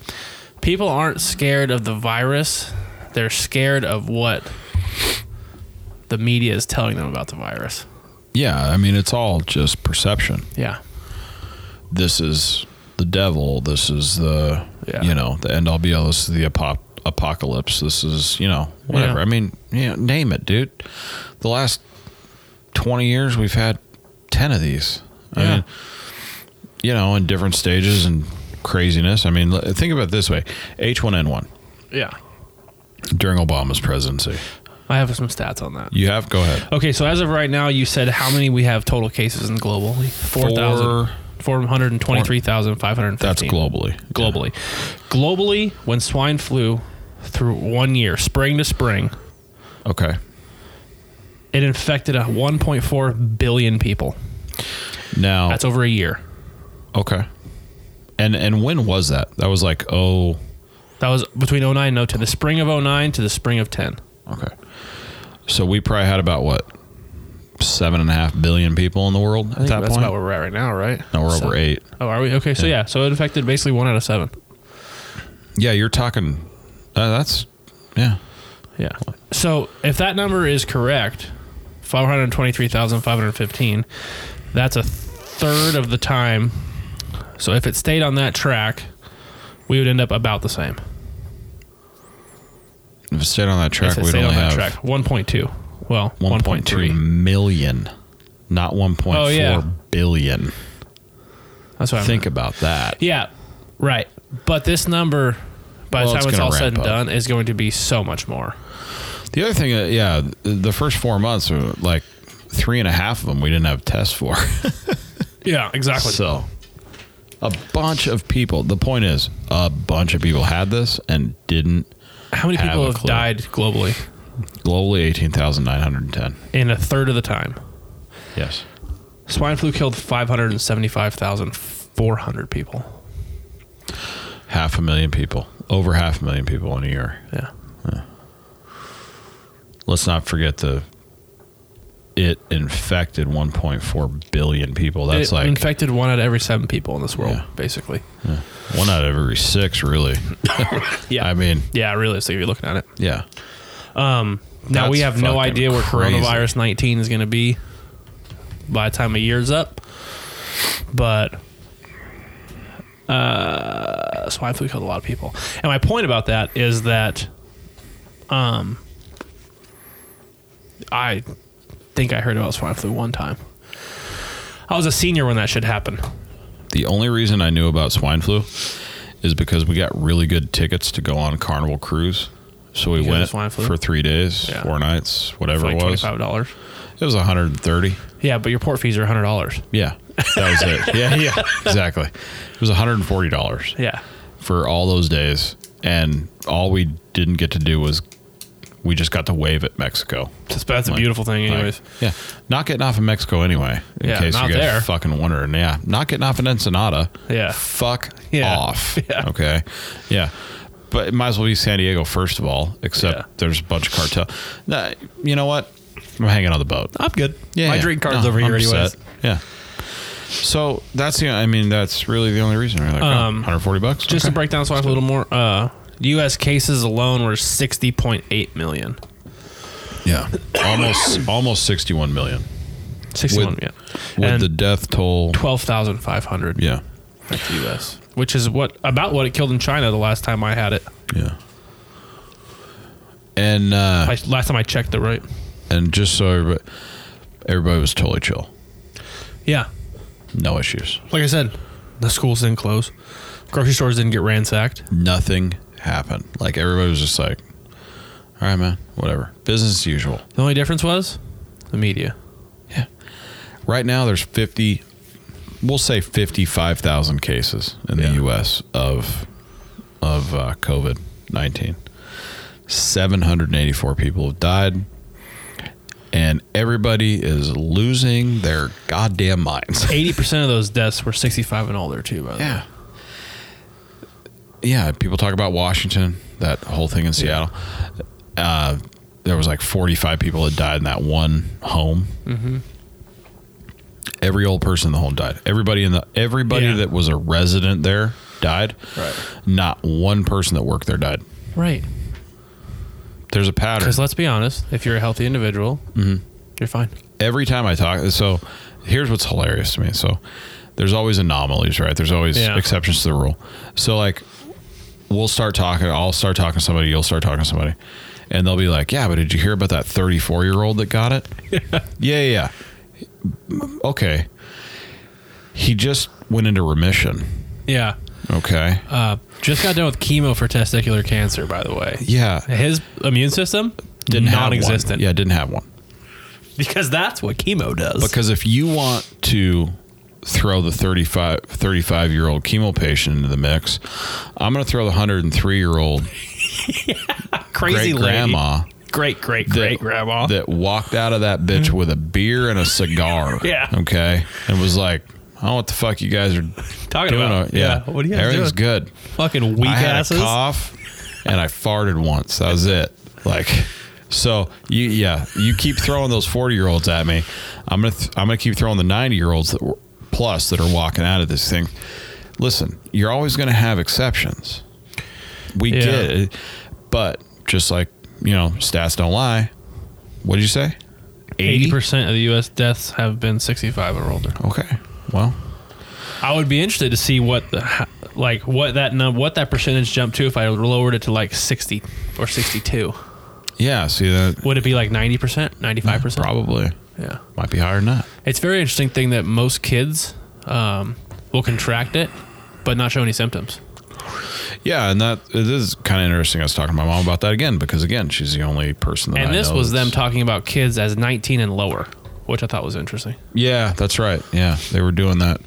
B: People aren't scared of the virus. They're scared of what the media is telling them about the virus.
D: Yeah, I mean, it's all just perception.
B: Yeah,
D: This is the devil. This is the,
B: Yeah.
D: you know, the end all be all. This is the apo- apocalypse. This is, you know, whatever.
B: Yeah.
D: I mean, yeah, name it, dude. The last 20 years, we've had 10 of these. I
B: Yeah.
D: mean, you know, in different stages and craziness. I mean, l- think about it this way H1N1
B: yeah.
D: during Obama's presidency.
B: I have some stats on that.
D: You have, go ahead.
B: Okay, so as of right now, you said how many we have total cases in globally? Four thousand four hundred and twenty-three thousand five hundred.
D: That's globally.
B: globally. Globally, when swine flu through one year, spring to spring,
D: Okay.
B: it infected a 1.4 billion people.
D: Now,
B: That's over a year.
D: Okay. And and when was that? That was like oh
B: That was between 09 and 02, the spring of 09 to the spring of 10.
D: okay. So we probably had about what seven and a half billion people in the world at that
B: that's
D: point.
B: about where we're at right now, right?
D: no, we're
B: So-
D: over eight.
B: Oh, are we? Okay, so yeah, so it affected basically one out of seven.
D: Yeah, you're talking. Uh, that's yeah.
B: Yeah. So if that number is correct, 523,515, that's a third of the time. So if it stayed on that track, we would end up about the same.
D: If it stayed on that track,
B: If it
D: we'd
B: stayed
D: only
B: on
D: have
B: that track, 1.2. Well,
D: 1.3
B: 1.3.
D: million, not one point four
B: Oh,
D: billion.
B: yeah. That's what I
D: Think about that.
B: Yeah, right. But this number, by
D: Well,
B: the
D: it's
B: time it's
D: gonna
B: all said
D: ramp
B: and
D: up.
B: done, is going to be so much more.
D: The other thing, uh, yeah, th- the first four months, were like three and a half of them, we didn't have tests for.
B: Yeah, exactly.
D: So, a bunch of people. The point is, a bunch of people had this and didn't.
B: How many
D: Have
B: people
D: a
B: have
D: clue.
B: died globally
D: Globally, eighteen thousand nine hundred ten.
B: in a third of the time?
D: Yes.
B: Swine flu killed 575,400 people.
D: Half a million people, over half a million people in a year.
B: Yeah.
D: Let's not forget the. It infected 1.4 billion people. That's
B: it
D: like
B: infected one out of every seven people in this world,
D: Yeah.
B: basically.
D: one out of every six, really.
B: Yeah.
D: I mean,
B: yeah, realistically, if you're looking at it.
D: yeah.
B: Now we
D: That's
B: have no
D: fucking
B: idea where
D: crazy.
B: coronavirus 19 is going to be by the time a year's up. But uh, swine flu killed a lot of people. And my point about that is that um, I think I heard about swine flu one time. I was a senior when that should happen.
D: The only reason I knew about swine flu is because we got really good tickets to go on Carnival Cruise. So we
B: Because of
D: went
B: swine flu?
D: for three days,
B: Yeah.
D: four nights,
B: For
D: whatever
B: like
D: it was.
B: $25.
D: It was 130.
B: Yeah, but your port fees are $100.
D: Yeah, that was it. yeah, yeah, exactly. It was 140 dollars
B: Yeah.
D: for all those days, and all we didn't get to do was we just got to wave at Mexico.
B: That's, that's a
D: Like-
B: beautiful thing,
D: Like,
B: anyways.
D: yeah, not getting off of Mexico anyway. In
B: Yeah,
D: case
B: not
D: you guys
B: there.
D: fucking wondering, yeah, not getting off in Ensenada.
B: Yeah.
D: fuck
B: Yeah.
D: off.
B: Yeah.
D: Okay, yeah, but it might as well be San Diego first of all. Except
B: Yeah.
D: there's a bunch of cartel. Nah, you know what? I'm hanging on the boat.
B: I'm good.
D: Yeah,
B: My
D: yeah.
B: drink card's
D: No,
B: over here,
D: I'm
B: anyways.
D: set. Yeah. So that's the. I mean, that's really the only reason. Right? Like,
B: Um,
D: 140 bucks.
B: Just to
D: Okay.
B: break down swine flu a little more, uh, U.S. cases alone were 60.8 million.
D: Yeah. almost almost 61 million
B: 61,
D: With-
B: yeah.
D: with
B: and
D: the death toll.
B: 12,500
D: Yeah.
B: at the U.S., which is what about what it killed in China the last time I had it.
D: Yeah. And uh,
B: I, last time I checked it, right?
D: and just so everybody, everybody was totally chill.
B: Yeah.
D: No issues.
B: Like I said, the schools didn't close. Grocery stores didn't get ransacked.
D: Nothing happened. Like everybody was just like, all right, man, whatever. Business as usual.
B: The only difference was the media.
D: Right now, there's 50, we'll say 55,000 cases in the
B: Yeah.
D: U.S. of of uh, COVID 19. 784 people have died, and everybody is losing their goddamn minds.
B: 80% of those deaths were 65 and older, too, by the way.
D: Yeah. yeah, people talk about Washington, that whole thing in Seattle. Uh, there was like 45 people that died in that one home. Every old person in the home died. Everybody in the everybody
B: Yeah.
D: that was a resident there died.
C: Right.
D: Not one person that worked there died.
B: Right.
D: There's a pattern.
B: Because let's be honest, if you're a healthy individual, you're fine.
D: every time I talk, so here's what's hilarious to me. So there's always anomalies, right? There's always
B: Yeah.
D: exceptions to the rule. So like we'll start talking, I'll start talking to somebody, you'll start talking to somebody, and they'll be like, "Yeah, but did you hear about that 34 year old that got it?" yeah, yeah, yeah. Okay. He just went into remission.
B: Yeah.
D: Okay.
B: Uh, just got done with chemo for testicular cancer, by the way.
D: yeah.
B: His immune system did
D: Didn't have one.
B: not exist
D: Yeah, didn't have one.
B: Because that's what chemo does.
D: Because if you want to throw the 35, 35 year old chemo patient into the mix, I'm going to throw the 103 year old
B: Crazy
D: great grandma
B: lady. Great, great, great grandma. Mm-hmm.
D: that walked out of that bitch with a beer and a cigar.
B: Yeah.
D: Okay. And was like, I don't know what the fuck you guys are
B: Talking
D: doing.
B: about.
D: o- yeah.
B: What do you guys
D: Everything's
B: doing?
D: good.
B: Fucking weak
D: I had
B: asses.
D: a cough and I farted once. That was it. Like, so you, yeah, you keep throwing those 40 year olds at me. I'm going to, th- I'm going to keep throwing the 90 year olds that were plus that are walking out of this thing. Listen, you're always going to have exceptions. We
B: Yeah.
D: get it. But just like, you know, stats don't lie. What did you say?
B: 80 percent of the U.S. deaths have been 65 or older.
D: Okay. Well,
B: I would be interested to see what the ho- like what that num what that percentage jumped to if I lowered it to like 60 or 62.
D: yeah. See that?
B: Would it be like 90 percent, 95 percent?
D: Probably.
B: Yeah.
D: Might be higher than that.
B: It's a very interesting thing that most kids um, will contract it, but not show any symptoms.
D: Yeah, and that it is kind of interesting. I was talking to my mom about that again because again, she's the only person that.
B: And
D: I
B: this
D: know
B: was them
D: that's-
B: talking about kids as 19 and lower, which I thought was interesting.
D: yeah, that's right. Yeah, they were doing that.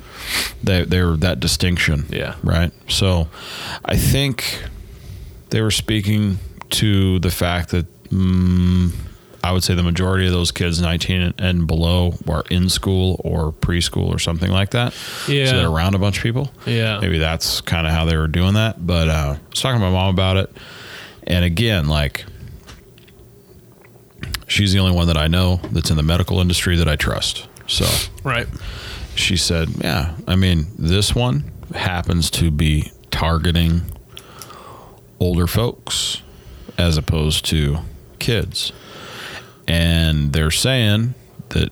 D: They they were that distinction.
B: Yeah.
D: Right. So, I think they were speaking to the fact that mm, I would say the majority of those kids, nineteen and below, are in school or preschool or something like that.
B: Yeah.
D: So they're around a bunch of people.
B: Yeah.
D: Maybe that's kind of how they were doing that. But uh, I was talking to my mom about it, and again, like she's the only one that I know that's in the medical industry that I trust. So
B: Right.
D: she said, "Yeah, I mean, this one happens to be targeting older folks as opposed to kids." And they're saying that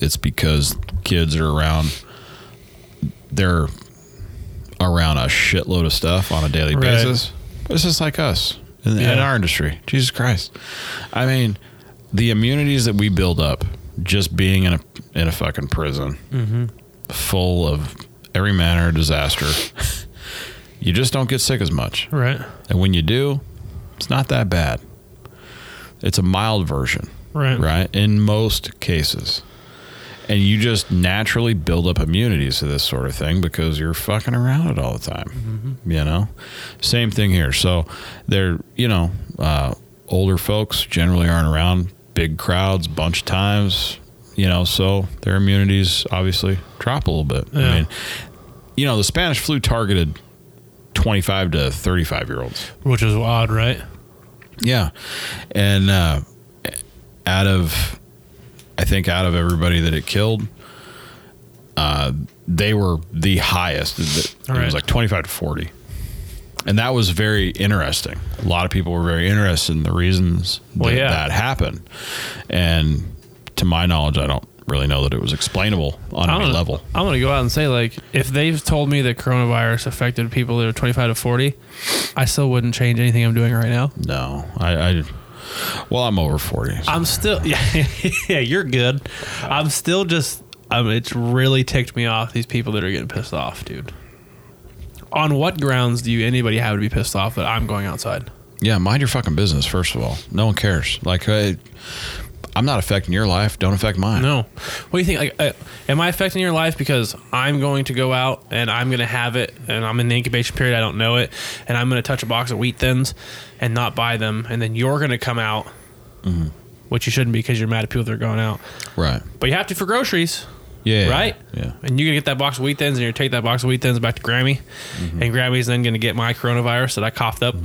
D: it's because kids are around they're around a shitload of stuff on a daily
B: Right.
D: basis. It's just like us in, in
B: Yeah.
D: our industry. Jesus Christ. I mean, the immunities that we build up just being in a in a fucking prison full of every manner of disaster. you just don't get sick as much.
B: Right.
D: And when you do, it's not that bad. It's a mild version,
B: Right.
D: right? In most cases. And you just naturally build up immunities to this sort of thing because you're fucking around it all the time.
B: Mm-hmm.
D: You know? Same thing here. So they're, you know, uh, older folks generally aren't around big crowds, bunch of times, you know, so their immunities obviously drop a little bit.
B: Yeah.
D: I mean, you know, the Spanish flu targeted 25 to 35 year olds.
B: Which is odd, right?
D: Yeah. And uh, out of, I think out of everybody that it killed, uh, they were the highest. It
B: All right.
D: was like 25 to 40. And that was very interesting. A lot of people were very interested in the reasons
B: Well,
D: that,
B: yeah.
D: that happened. And to my knowledge, I don't really know that it was explainable on
B: I'm
D: any
B: gonna,
D: level.
B: I'm gonna go out and say like if they've told me that coronavirus affected people that are 25 to 40, I still wouldn't change anything I'm doing right now.
D: No, I, I well, I'm over 40. so-
B: I'm still yeah yeah you're good. I'm still just um it's really ticked me off these people that are getting pissed off, dude. On what grounds do you anybody have to be pissed off that I'm going outside?
D: Yeah, mind your fucking business. First of all, no one cares. Like, I, I'm not affecting your life. Don't affect mine.
B: No. What do you think? Like, uh, am I affecting your life because I'm going to go out and I'm going to have it and I'm in the incubation period? I don't know it. And I'm going to touch a box of wheat thins and not buy them. And then you're going to come out, which you shouldn't be because you're mad at people that are going out.
D: Right.
B: But you have to for groceries.
D: Yeah.
B: right?
D: Yeah.
B: And you're gonna get that box of wheat thins, and you're gonna take that box of wheat thins back to Grammy,
D: Mm-hmm.
B: and Grammy's then gonna get my coronavirus that I coughed up,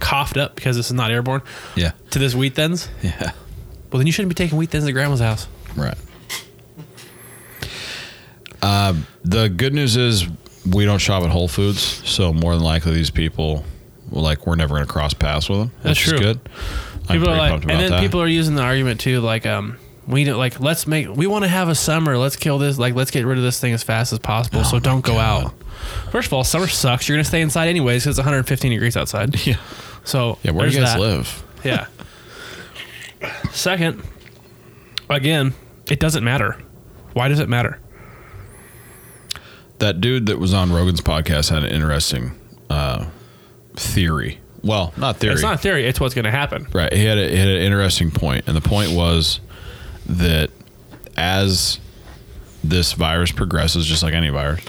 B: coughed up because this is not airborne
D: Yeah.
B: to this wheat thins.
D: Yeah.
B: Well, then you shouldn't be taking wheat thins to Grandma's house.
D: Right. Uh, the good news is we don't shop at Whole Foods, so more than likely these people, like, we're never going to cross paths with them.
B: That's
D: which
B: true.
D: Is good. I'm
B: People
D: pretty
B: are like,
D: pumped
B: and
D: about
B: then
D: that.
B: people are using the argument too, like, um, we don't like let's make we want to have a summer. Let's kill this. Like, let's get rid of this thing as fast as
D: Oh
B: possible. so don't go out. First of all, summer sucks. You're gonna stay inside anyways because it's 115 degrees outside.
D: yeah.
B: So
D: Yeah. Where do you guys
B: there's that.
D: live?
B: Yeah. Second, again, it doesn't matter. Why does it matter?
D: That dude that was on Rogan's podcast had an interesting uh, theory. Well, not theory.
B: It's not a theory. It's what's going to happen.
D: Right. He had, a, he had an interesting point, and the point was that as this virus progresses, just like any virus,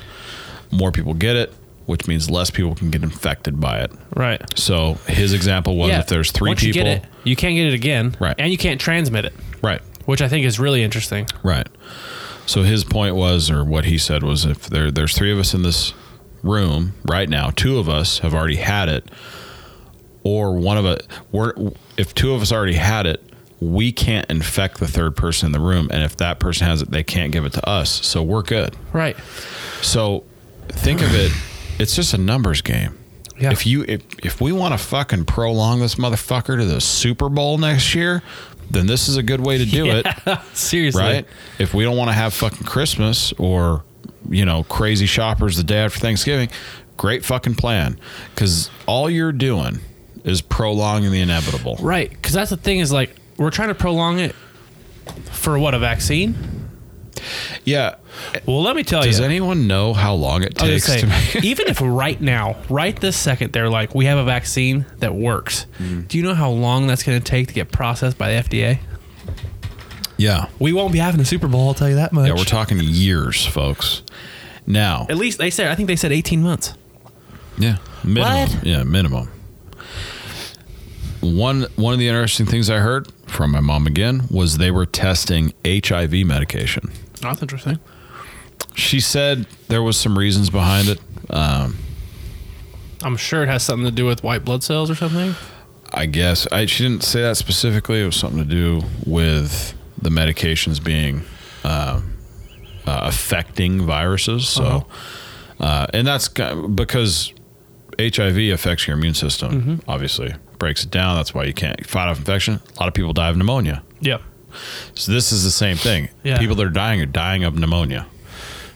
D: more people get it, which means less people can get infected by it.
B: Right.
D: So his example was
B: yeah.
D: if there's three
B: Once
D: people,
B: you get it, you can't get it again.
D: Right.
B: And you can't transmit it,
D: right,
B: which I think is really interesting.
D: right. So his point was, or what he said was, if there there's three of us in this room right now, two of us have already had it, or one of us, we're, if two of us already had it, we can't infect the third person in the room, and if that person has it, they can't give it to us, so we're good.
B: Right.
D: So think of it, it's just a numbers game.
B: Yeah.
D: If you if, if we want to fucking prolong this motherfucker to the Super Bowl next year, then this is a good way to do it,
B: Seriously.
D: right? If we don't want to have fucking Christmas or you know crazy shoppers the day after Thanksgiving, great fucking plan because all you're doing is prolonging the inevitable.
B: Right. Because that's the thing is like, we're trying to prolong it for what, a vaccine?
D: Yeah.
B: Well, let me tell
D: Does
B: you.
D: anyone know how long it
B: I was
D: takes
B: gonna
D: to
B: say, e-
D: make?
B: even if right now, right this second, they're like, we have a vaccine that works.
D: Mm.
B: Do you know how long that's going to take to get processed by the FDA?
D: yeah.
B: We won't be having a Super Bowl. I'll tell you that much.
D: Yeah, we're talking years, folks. Now,
B: At least they said. I think they said eighteen months.
D: Yeah. Minimum.
B: What?
D: Yeah, minimum. One one of the interesting things I heard from my mom again was they were testing HIV medication.
B: That's interesting.
D: She said there was some reasons behind it.
B: I'm sure it has something to do with white blood cells or something.
D: I guess I, she didn't say that specifically. It was something to do with the medications being uh, uh, affecting viruses. So, uh and that's ki- because HIV affects your immune system. Obviously, breaks it down. That's why you can't fight off infection. A lot of people die of pneumonia.
B: Yeah.
D: So this is the same thing.
B: Yeah.
D: People that are dying are dying of pneumonia.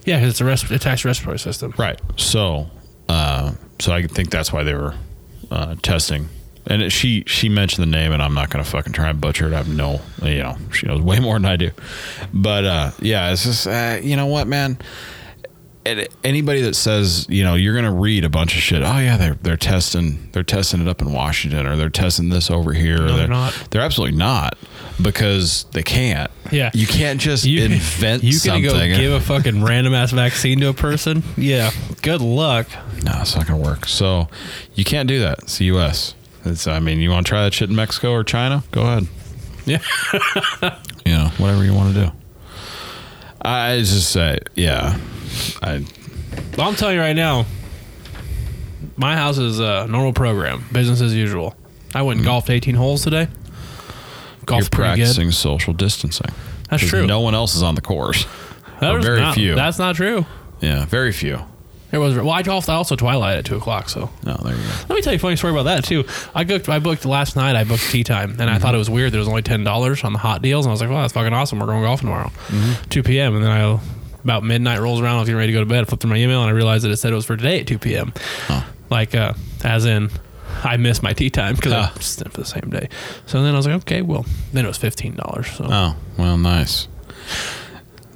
B: Yeah, because it's a res- attached respiratory system.
D: Right. So, uh, so I think that's why they were uh, testing. And it, she she mentioned the name, and I'm not gonna fucking try and butcher it. I have no, you know, she knows way more than I do. But uh, yeah, it's just uh, you know what, man. And anybody that says you know you're gonna read a bunch of shit. Oh yeah, they're they're testing they're testing it up in Washington, or they're testing this over here. or
B: they're not.
D: They're absolutely not because they can't.
B: Yeah.
D: you can't just invent
B: You gonna
D: something.
B: go give a fucking random ass vaccine to a person? Yeah. Good luck.
D: No, it's not going to work. So you can't do that. It's the U.S. It's, I mean, you want to try that shit in Mexico or China? Go ahead.
B: Yeah.
D: You know, whatever you want to do. I just say, yeah. I
B: Well, I'm telling you right now, my house is a normal program, business as usual. I went and golfed 18 holes today.
D: Mm-hmm. you're
B: Golf pretty good.
D: practicing social distancing.
B: That's
D: 'Cause
B: true.
D: No one else is on the course.
B: That
D: or
B: was
D: very
B: not-
D: few.
B: That's not true.
D: Yeah, very few.
B: There was well, I golfed also twilight at two o'clock. So
D: No, there you go.
B: Let me tell you a funny story about that too. I booked I booked last night. I booked tea time, and
D: Mm-hmm.
B: I thought it was weird. There was only ten dollars on the hot deals, and I was like, "Wow, that's fucking awesome. We're going golfing tomorrow,
D: Mm-hmm.
B: two p.m." And then I about midnight rolls around. I was getting ready to go to bed. I flipped through my email, and I realized that it said it was for today at two p.m.
D: Oh.
B: Like, uh, as in, I missed my tea time because
D: Ah.
B: I sent for the same day. So then I was like, "Okay, well." Then it was fifteen dollars. So
D: Oh, well, nice.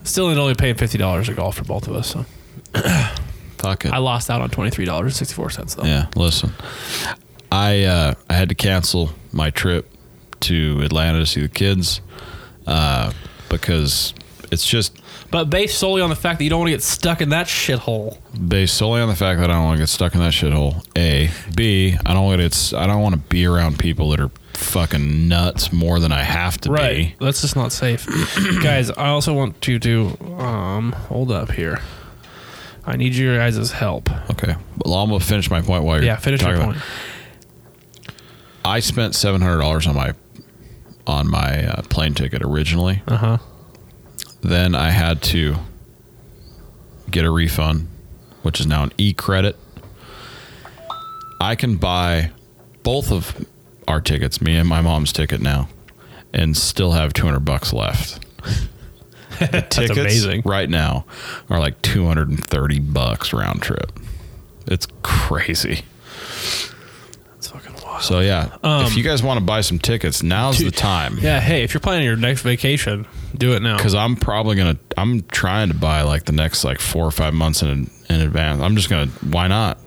B: still, it only paying fifty dollars to golf for both of us. So
D: Fuck it.
B: I lost out on twenty three dollars sixty four cents though.
D: Yeah, listen. I uh, I had to cancel my trip to Atlanta to see the kids uh, because it's just
B: But based solely on the fact that you don't want to get stuck in that shithole.
D: based solely on the fact that I don't want to get stuck in that shithole. A, B, I don't want to. I don't want to be around people that are fucking nuts more than I have to
B: Right. That's just not safe. guys, I also want you to um hold up here. I need your guys' help.
D: be. Okay. Well, I'm gonna finish my point while you're
B: Yeah, finish your
D: talking about
B: point.
D: it. I spent seven hundred dollars on my on my uh, plane ticket originally.
B: Uh huh.
D: Then I had to get a refund, which is now an e credit. I can buy both of our tickets, me and my mom's ticket now, and still have 200 bucks left. The tickets
B: amazing.
D: right now are like 230 bucks round trip. It's crazy.
B: That's fucking wild.
D: So yeah,
B: Um,
D: if you guys want to buy some tickets, now's the time.
B: Yeah, hey, if you're planning your next vacation, do it now.
D: because I'm probably gonna I'm trying to buy like the next like four or five months in in advance. I'm just gonna why not?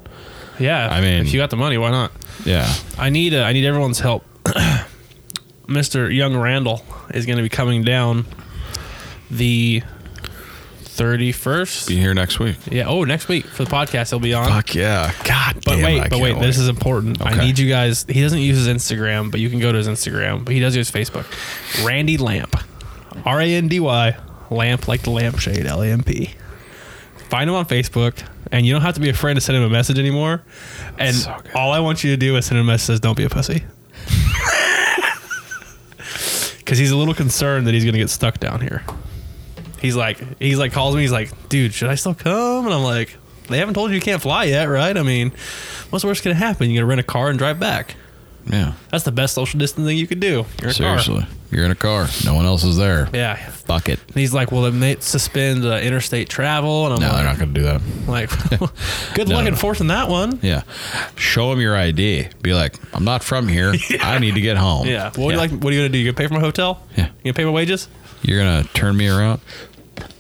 B: Yeah,
D: I mean-
B: if you got the money, why not?
D: Yeah,
B: I need uh, I need everyone's help. Mr. Young Randall is going to be coming down the 31st.
D: be here next week.
B: Yeah. Oh, next week for the podcast, he'll be on.
D: Fuck yeah, God.
B: But
D: damn,
B: wait,
D: I
B: but
D: can't
B: wait, this is important. I
D: Okay.
B: need you guys. He doesn't use his Instagram, but you can go to his Instagram. But he does use Facebook. Randy Lamp, R A N D Y, Lamp like the lampshade, L A M P. Find him on Facebook, and you don't have to be afraid to send him a message anymore. And
D: So good.
B: all I want you to do is send him a message that says, "Don't be a pussy," because he's a little concerned that he's going to get stuck down here. He's like, he's like calls me. He's like, dude, should I still come? And I'm like, they haven't told you you can't fly yet, right? I mean, what's the worst gonna happen? You're gonna rent a car and drive back.
D: yeah.
B: That's the best social distancing you could do. You're in a Car.
D: Seriously, you're in a car. No one else is there.
B: Yeah. And
D: Fuck it.
B: he's like, well, then they suspend uh, interstate travel, and I'm
D: No, they're not
B: like,
D: gonna do that.
B: like, good
D: No,
B: luck
D: no.
B: enforcing that one.
D: Yeah, show them your ID. Be like, I'm not from here. I need to get home.
B: Yeah. What would you like? What are you gonna do? You gonna pay for my hotel?
D: Yeah.
B: You gonna pay my wages?
D: You're gonna turn me around.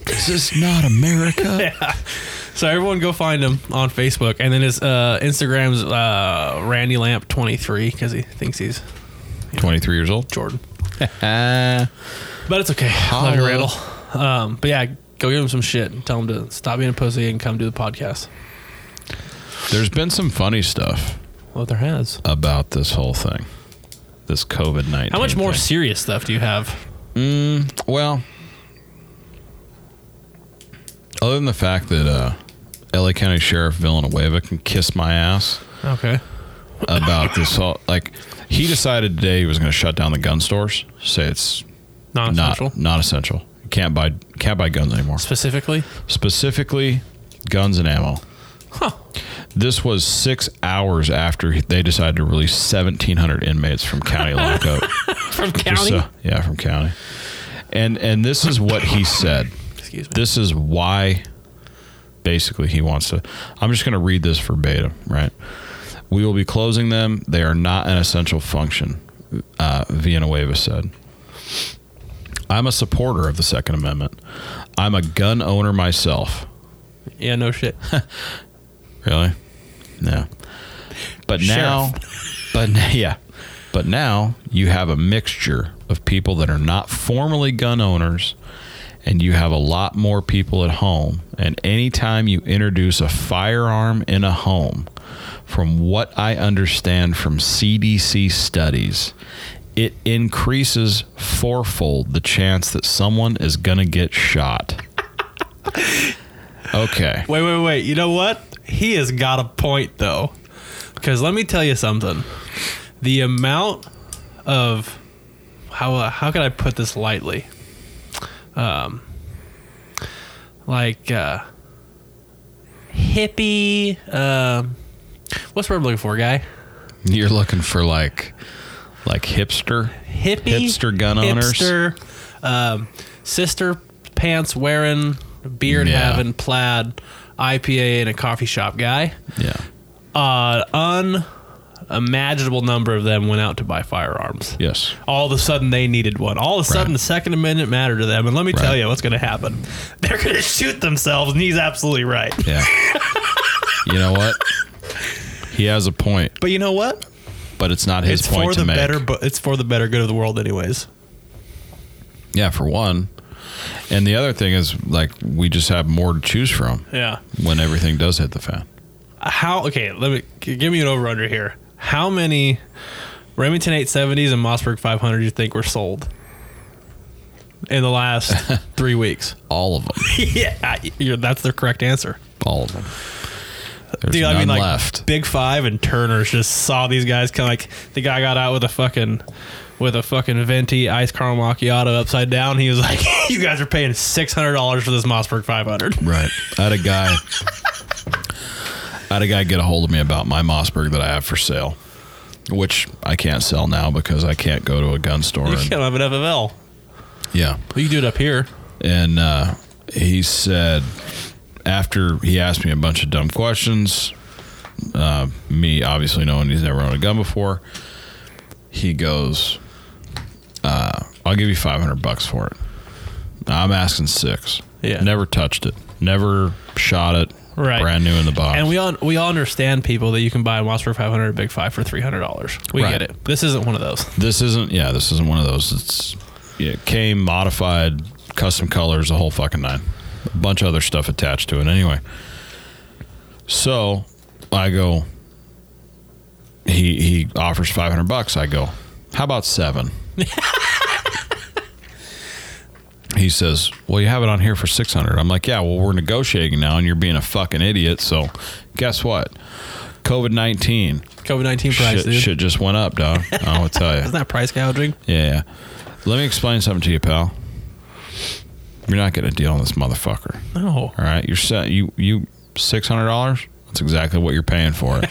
D: This is not America.
B: So everyone go find him on Facebook, and then his uh, Instagram's uh, Randy Lamp twenty three because he thinks he's
D: Twenty three years old.
B: Jordan.
D: Uh,
B: But it's okay. Love you,
D: Holla.
B: Randall. Um, but yeah, go give him some shit and tell him to stop being a pussy and come do the podcast.
D: there's been some funny stuff.
B: Well, there has.
D: about this whole thing, this COVID nineteen.
B: How much more serious stuff do you have?
D: Well, other than the fact that uh, L.A. County Sheriff Villanueva can kiss my ass
B: Okay.
D: about this whole like, he decided today he was going to shut down the gun stores. Say it's
B: Non essential.
D: not not essential. You Can't buy can't buy guns anymore.
B: Specifically?
D: Specifically, guns and ammo.
B: Huh.
D: This was six hours after they decided to release 1,700 inmates from county lockup.
B: From
D: Just
B: county?
D: so- yeah, from county. And and this is what he said.
B: Excuse me.
D: This is why basically he wants to I'm just going to read this verbatim, right? We will be closing them. They are not an essential function, uh, Villanueva said. I'm a supporter of the Second Amendment. I'm a gun owner myself.
B: yeah, no shit.
D: Really? No. But now, but n- yeah, but now you have a mixture of people that are not formally gun owners, and you have a lot more people at home. And anytime you introduce a firearm in a home, from what I understand from CDC studies, it increases fourfold the chance that someone is gonna get shot. Okay.
B: wait, wait, wait. You know what? He has got a point, though. Because let me tell you something. The amount of. How, uh, how can I put this lightly? Um, like uh, hippie. Um, what's the word I'm looking for, guy?
D: You're looking for like, like hipster.
B: hippie
D: Hipster gun owners.
B: hipster, um, sister pants wearing, beard
D: Yeah.
B: having, plaid, IPA in a coffee shop guy.
D: Yeah.
B: Uh, unimaginable number of them went out to buy firearms.
D: Yes.
B: All of a sudden, they needed one. All of a sudden,
D: Right.
B: the Second Amendment mattered to them. And let me tell
D: Right.
B: you what's going to happen. They're going to shoot themselves, and he's absolutely right.
D: Yeah. you know what? He has a point,
B: But you know what?
D: but it's not his
B: it's
D: point
B: for
D: to
B: the
D: make.
B: better. But it's for the better good of the world, anyways.
D: yeah, for one. And the other thing is like we just have more to choose from
B: Yeah.
D: when everything does hit the fan.
B: how okay let me g- give me an over under here how many Remington 870s and Mossberg 500 you think were sold in the last three weeks?
D: All of them.
B: yeah, you're, that's the correct answer.
D: All of them. There's
B: Dude,
D: none
B: I mean, like
D: left.
B: Big Five and Turner's just saw these guys kind of like the guy got out with a fucking with a fucking venti ice caramel macchiato upside down. He was like, "You guys are paying six hundred dollars for this Mossberg 500."
D: Right. I had a guy. I had a guy get a hold of me about my Mossberg that I have for sale, which I can't sell now because I can't go to a gun store.
B: You
D: and-
B: can't have an FFL.
D: yeah.
B: We can do it up here.
D: And uh, he said, after he asked me a bunch of dumb questions, uh, me obviously knowing he's never owned a gun before, he goes, uh, I'll give you 500 bucks for it. I'm asking six.
B: Yeah.
D: Never touched it. Never shot it.
B: Right.
D: Brand new in the box.
B: And we all we all understand people that you can buy a Mossberg 500 or Big Five for three hundred dollars. We
D: Right.
B: get it. This isn't one of those.
D: this isn't, yeah, this isn't one of those. It's, it came modified, custom colors, the whole fucking nine. A bunch of other stuff attached to it anyway. So I go. He he offers five hundred bucks. I go. How about seven? he says, "Well, you have it on here for six hundred. I'm like, "Yeah, well, we're negotiating now, and you're being a fucking idiot." So, guess what? COVID nineteen
B: COVID nineteen price,
D: shit,
B: dude.
D: shit just went up, dog. I will tell you.
B: Isn't that price gouging?
D: Yeah. Let me explain something to you, pal. You're not getting a deal on this motherfucker.
B: No.
D: All right. You're set. You you six hundred dollars. That's exactly what you're paying for it.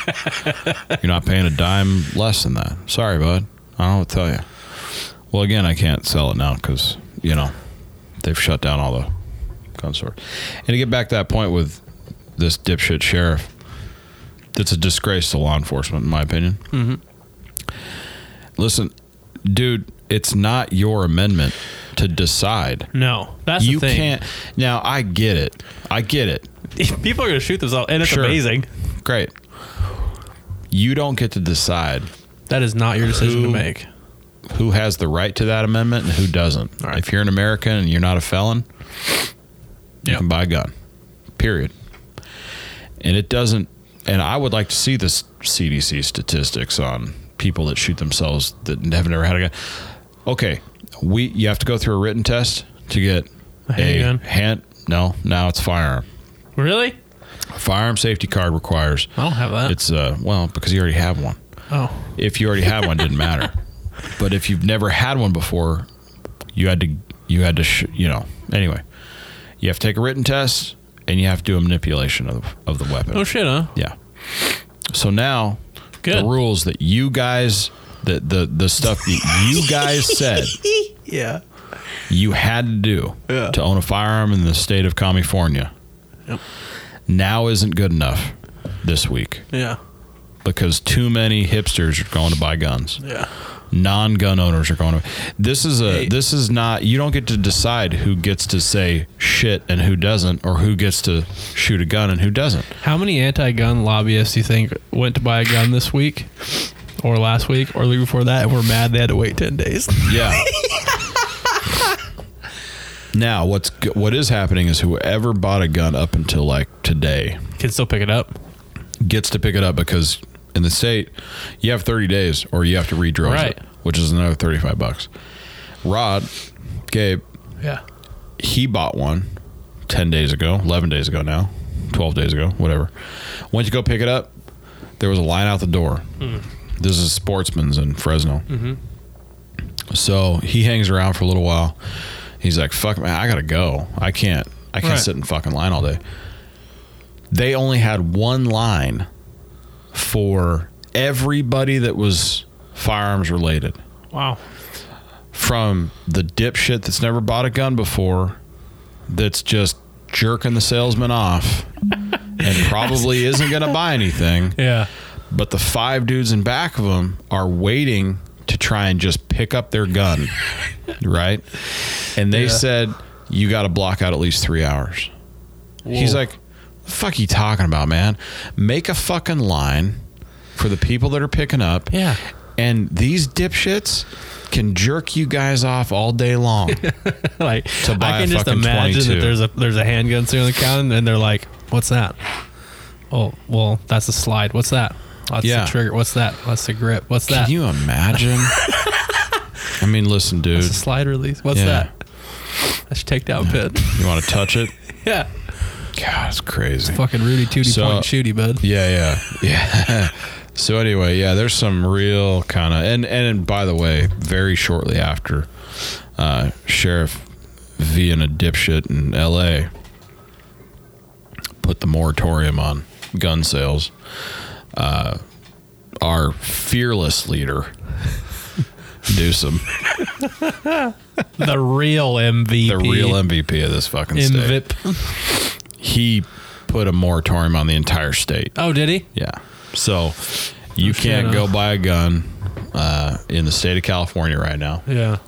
D: you're not paying a dime less than that. Sorry, bud. I don't know what to tell you. Well, again, I can't sell it now because you know they've shut down all the gun stores. And to get back to that point with this dipshit sheriff, that's a disgrace to law enforcement, in my opinion. Mm-hmm. Listen, dude, it's not your amendment to decide
B: No. That's
D: you
B: the thing.
D: can't. Now I get it. I get it.
B: People are gonna shoot themselves, and it's
D: Sure.
B: amazing.
D: Great. You don't get to decide
B: That is not your decision to
D: Who-
B: make.
D: who has the right to that amendment and who doesn't.
B: All right.
D: If you're an American and you're not a felon, you
B: Yeah.
D: can buy a gun. Period. And it doesn't. And I would like to see the s- CDC statistics on people that shoot themselves that have never had a gun. Okay, we you have to go through a written test to get a,
B: handgun?
D: hand. No, now it's firearm.
B: Really?
D: Firearm safety card requires
B: I don't have that.
D: it's uh well because you already have one.
B: oh,
D: If you already had one, it didn't matter. But if you've never had one before, you had to you had to sh- you know anyway, you have to take a written test and you have to do a manipulation of of the weapon.
B: oh shit, huh?
D: yeah. So now
B: Good.
D: the rules that you guys the the the stuff that you guys said
B: Yeah.
D: you had to do
B: Yeah.
D: to own a firearm in the state of California
B: Yep.
D: now isn't good enough this week
B: Yeah.
D: because too many hipsters are going to buy guns.
B: Yeah.
D: Non-gun owners are going to. This is a.
B: Hey.
D: This is not. You don't get to decide who gets to say shit and who doesn't, or who gets to shoot a gun and who doesn't.
B: How many anti-gun lobbyists do you think went to buy a gun this week, or last week, or the week before that, and were mad they had to wait ten days?
D: Yeah. now what's go- what is happening is whoever bought a gun up until like today
B: Can still pick it up.
D: gets to pick it up because in the state you have 30 days or you have to redrow
B: Right.
D: it, which is another 35 bucks. Rod, Gabe,
B: Yeah.
D: he bought one 10 days ago 11 days ago now 12 days ago whatever went to go pick it up there was a line out the door this is sportsman's in fresno so he hangs around for a little while he's like fuck man i gotta go i can't i can't
B: Right.
D: sit in fucking line all day they only had one line for everybody that was firearms related
B: Wow.
D: from the dipshit that's never bought a gun before, that's just jerking the salesman off and probably isn't going to buy anything.
B: Yeah.
D: But the five dudes in back of them are waiting to try and just pick up their gun, right? And they
B: Yeah.
D: said, You got to block out at least three hours. He's like, the fuck you talking about, man? Make a fucking line for the people that are picking up.
B: Yeah.
D: And these dipshits can jerk you guys off all day long.
B: like
D: buy
B: I
D: a
B: can just
D: fucking
B: imagine
D: 22.
B: that there's a there's a handgun sitting on the counter, and they're like, "What's that?" Oh, well, that's a slide. What's that? That's
D: Yeah.
B: the trigger. What's that? What's the grip? What's
D: Can
B: that?
D: you imagine? I mean, listen, dude.
B: It's a slide release. What's
D: Yeah.
B: that? That's your takedown pin.
D: You want to touch it?
B: yeah.
D: God, it's crazy.
B: Fucking Rudy Tooty
D: So-
B: point and shooty, bud.
D: Yeah, yeah, yeah. so anyway, yeah, there's some real kind of and, and by the way, very shortly after, uh, Sheriff V and a dipshit in L.A. put the moratorium on gun sales. Uh, our fearless leader, Newsom,
B: The real MVP.
D: the real MVP of this fucking state,
B: MVP.
D: he put a moratorium on the entire state.
B: Oh, did he?
D: Yeah. So you
B: fair
D: can't go
B: enough.
D: buy a gun uh, in the state of California right now.
B: Yeah.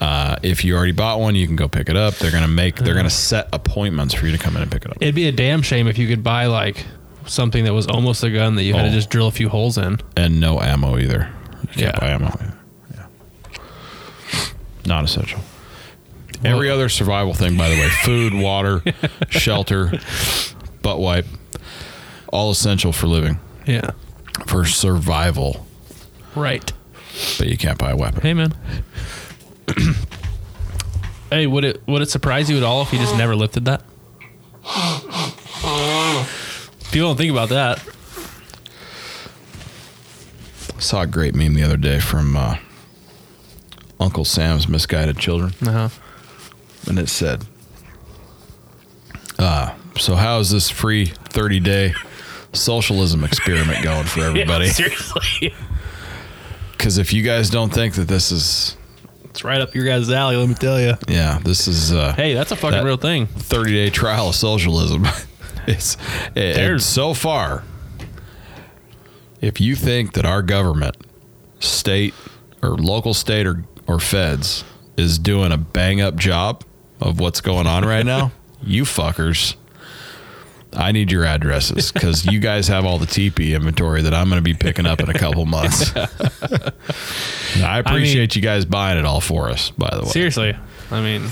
D: Uh, if you already bought one, you can go pick it up. They're gonna make. They're
B: Uh-huh.
D: gonna set appointments for you to come in and pick it up.
B: It'd be a damn shame if you could buy like something that was almost a gun that you had
D: Oh.
B: to just drill a few holes in.
D: and no ammo either. You can't
B: Yeah.
D: buy ammo. Either. Yeah. Not essential. Every other survival thing, by the way, food, water, shelter, butt wipe, all essential for living,
B: Yeah.
D: for survival.
B: Right.
D: But you can't buy a weapon.
B: Hey, man. hey, would it would it surprise you at all if he just never lifted that? People don't think about that.
D: Saw a great meme the other day from uh, Uncle Sam's Misguided Children,
B: Uh huh.
D: and it said, uh, "So how is this free thirty day socialism experiment going for everybody?
B: seriously.
D: Because if you guys don't think that this is,
B: It's right up your guys' alley, let me tell you.
D: yeah, this is uh,
B: Hey, that's a fucking
D: That-
B: real thing.
D: thirty day trial of socialism. it's it,
B: There's-
D: so far. If you think that our government, state or local state or or feds, is doing a bang up job of what's going on right now, you fuckers. I need your addresses because you guys have all the TP inventory that I'm going to be picking up in a couple months. I appreciate you guys buying it all for us, by the way.
B: Seriously. I mean,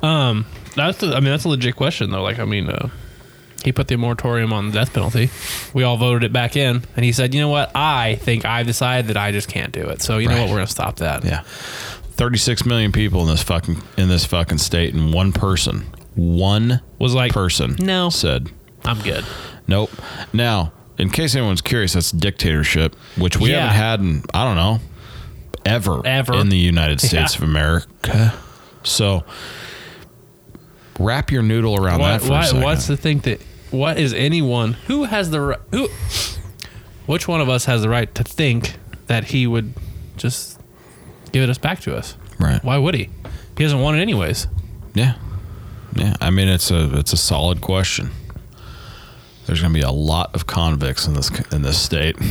B: um, that's the, I mean that's a legit question though. Like, I mean, uh, he put the moratorium on the death penalty. We all voted it back in, and he said, "You know what? I think I've decided that I just can't do it. So you know
D: Right.
B: what? We're gonna stop that."
D: Yeah. 36 million people in this fucking in this fucking state and one person, one
B: Was like,
D: person
B: "No."
D: said,
B: I'm good.
D: "Nope." Now, in case anyone's curious, that's dictatorship, which we
B: Yeah.
D: haven't had in I don't know, ever
B: Ever.
D: in the United States of
B: Yeah.
D: America. So wrap your noodle around
B: Why,
D: that for a
B: why,
D: second.
B: what's the thing that? What is anyone who has the ri- who? Which one of us has the right to think that he would just give it us back to us?
D: right.
B: Why would he? He doesn't want it anyways.
D: Yeah. Yeah. I mean, it's a it's a solid question. There's going to be a lot of convicts in this in this state.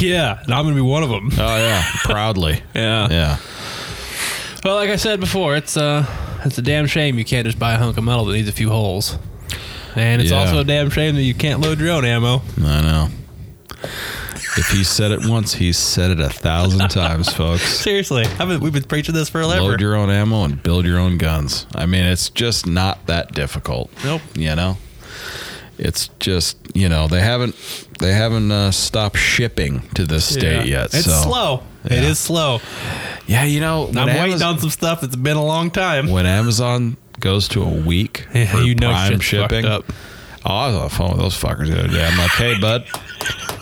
B: Yeah, and I'm gonna be one of them.
D: Oh yeah, proudly.
B: Yeah.
D: Yeah.
B: Well, like I said before, it's uh it's a damn shame you can't just buy a hunk of metal that needs a few holes. And it's
D: Yeah.
B: also a damn shame that you can't load your own ammo.
D: I know. If he said it once, he's said it a thousand times, folks.
B: Seriously, I've been, we've been preaching this forever.
D: Load your own ammo and build your own guns. I mean, it's just not that difficult.
B: Nope.
D: You know, it's just you know they haven't they haven't uh, stopped shipping to this state
B: Yeah.
D: yet.
B: It's
D: so.
B: slow. It
D: Yeah.
B: is slow.
D: Yeah, you know, when,
B: I'm
D: Amaz-
B: waiting on some stuff. It's been a long time.
D: when Amazon goes to a week
B: Yeah,
D: for
B: you know
D: prime
B: shit's fucked
D: shipping.
B: up.
D: Oh, I was on the phone with those fuckers the other day. I'm like, hey, bud,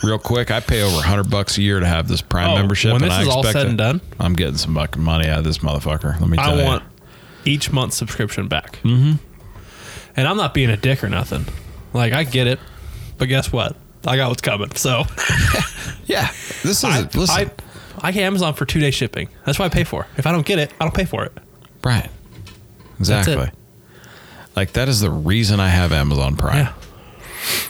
D: real quick, I pay over hundred bucks a year to have this Prime
B: Oh,
D: membership.
B: when
D: and
B: this
D: I
B: is all
D: expect
B: said and
D: it.
B: done?
D: I'm getting some fucking money out of this motherfucker. Let me tell
B: I
D: you.
B: want each month's subscription back. Mm-hmm. And I'm not being a dick or nothing. Like I get it, but guess what? I got what's coming. So
D: yeah, this is
B: I,
D: not listen,
B: I I get Amazon for two day shipping. That's what I pay for. If I don't get it, I don't pay for it.
D: right?
B: it.
D: Exactly. Like that is the reason I have Amazon Prime.
B: Yeah.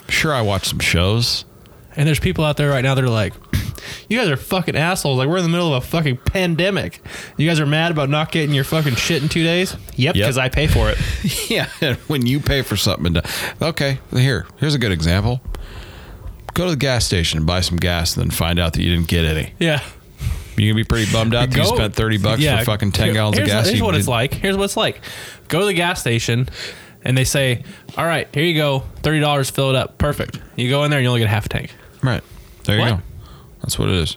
D: Sure, I watch some shows.
B: And there's people out there right now that are like, you guys are fucking assholes. Like, we're in the middle of a fucking pandemic. You guys are mad about not getting your fucking shit in two days?
D: Yep.
B: Yep, because I pay for it.
D: Yeah, and when you pay for something, to, okay. Here, here's a good example. Go to the gas station and buy some gas, and then find out that you didn't get any.
B: yeah.
D: You can be pretty bummed out that you
B: Go-
D: spent thirty bucks
B: yeah.
D: for fucking ten
B: Here-
D: gallons
B: here's,
D: of gas.
B: Here's
D: you
B: what it's
D: did-
B: like. Here's what it's like. Go to the gas station and they say, all right, here you go. $30, fill it up. Perfect. You go in there and you only get half a tank.
D: right? There you
B: What?
D: go. That's what it is.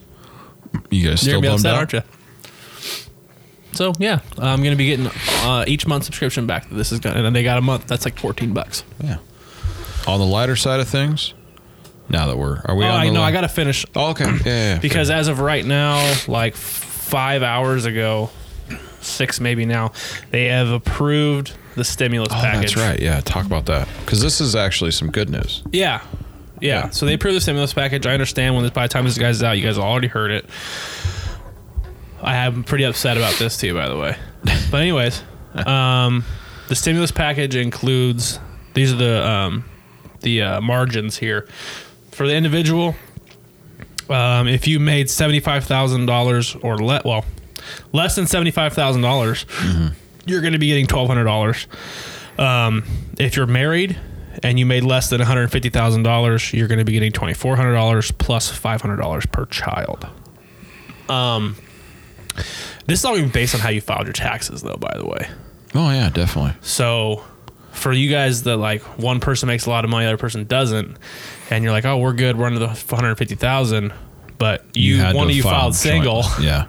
D: You guys still
B: You're gonna be
D: bummed
B: upset,
D: out?
B: aren't you? So yeah, I'm gonna be getting uh, each month subscription back. This is gonna, and they got a month. That's like 14 bucks.
D: Yeah. On the lighter side of things, now that we're are we?
B: Oh,
D: on
B: I
D: the
B: know.
D: li-
B: I gotta finish
D: Oh, okay. Yeah, yeah, yeah.
B: because as of right now, like five hours ago, six maybe now, they have approved the stimulus
D: Oh,
B: package.
D: that's right. Yeah, talk about that because this is actually some good news.
B: Yeah. Yeah.
D: Yeah.
B: So they approved the stimulus package. I understand when this by the time this guy's out, you guys already heard it. I am pretty upset about this too, by the way. But anyways, um, the stimulus package includes these are the um, the uh, margins here for the individual. Um, if you made seventy five thousand dollars or let well less than seventy dollars, you're going to be getting twelve hundred dollars. Um, if you're married and you made less than one hundred fifty thousand dollars, you're going to be getting twenty four hundred dollars plus five hundred dollars per child. Um, this is all even based on how you filed your taxes, though. By the way,
D: Oh yeah, definitely.
B: so for you guys that like one person makes a lot of money, the other person doesn't, and you're like, oh, we're good, we're under the one hundred fifty thousand, but you,
D: had
B: one
D: to
B: of you
D: file
B: filed single
D: jointly. Yeah.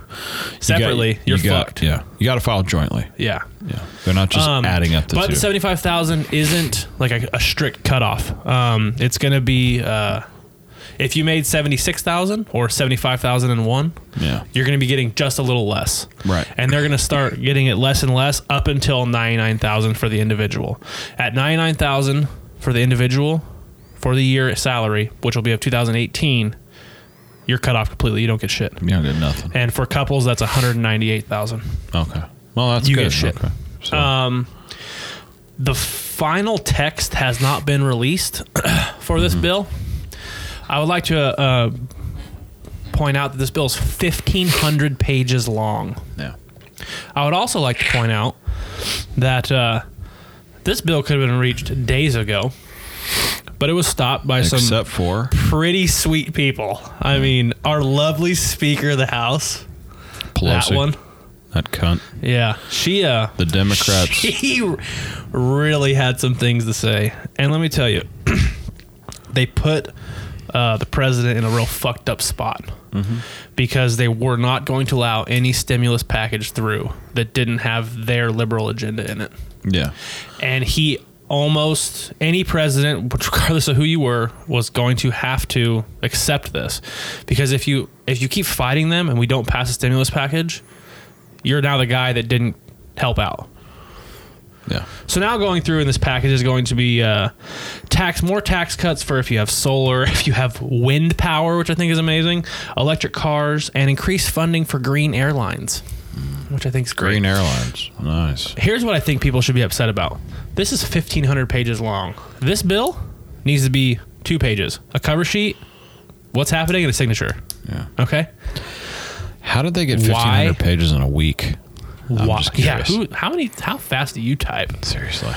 B: separately,
D: you
B: you're
D: got,
B: fucked.
D: Yeah. You got to file jointly.
B: yeah.
D: Yeah. They're not just
B: Um,
D: adding up the
B: but
D: two.
B: seventy-five thousand isn't like a, a strict cutoff. Um, it's going to be uh, if you made seventy-six thousand or seventy-five thousand and one,
D: yeah.
B: you're going to be getting just a little less.
D: Right.
B: And they're going to start getting it less and less up until ninety-nine thousand for the individual. At ninety-nine thousand for the individual for the year salary, which will be of two thousand eighteen, you're cut off completely. You don't get shit.
D: You don't get nothing.
B: And for couples, that's one hundred ninety-eight thousand.
D: Okay. Well, that's
B: You
D: good.
B: get shit. Um,
D: Okay. So,
B: the final text has not been released for this bill. I would like to uh, uh, point out that this bill is 1,500 pages long.
D: yeah.
B: I would also like to point out that uh, this bill could have been reached days ago, but it was stopped by some
D: Except for
B: pretty sweet people. I mean, our lovely Speaker of the House,
D: Pelosi.
B: that one.
D: That cunt.
B: Yeah, she uh,
D: The Democrats.
B: He really had some things to say. And let me tell you, they put uh, the president in a real fucked up spot because they were not going to allow any stimulus package through that didn't have their liberal agenda in it.
D: yeah.
B: And he almost any president which regardless of who you were was going to have to accept this because if you if you keep fighting them and we don't pass a stimulus package you're now the guy that didn't help out
D: Yeah.
B: so now going through in this package is going to be uh, tax more tax cuts for if you have solar, if you have wind power, which I think is amazing, electric cars, and increased funding for green airlines, which I think is great.
D: Green Airlines. Nice.
B: Here's what I think people should be upset about. This is 1,500 pages long. This bill needs to be two pages: a cover sheet, what's happening, and a signature.
D: Yeah.
B: Okay.
D: How did they get
B: Why?
D: 1,500 pages in a week? I'm
B: Why-
D: just
B: yeah.
D: curious.
B: Who? How many? How fast do you type?
D: Seriously.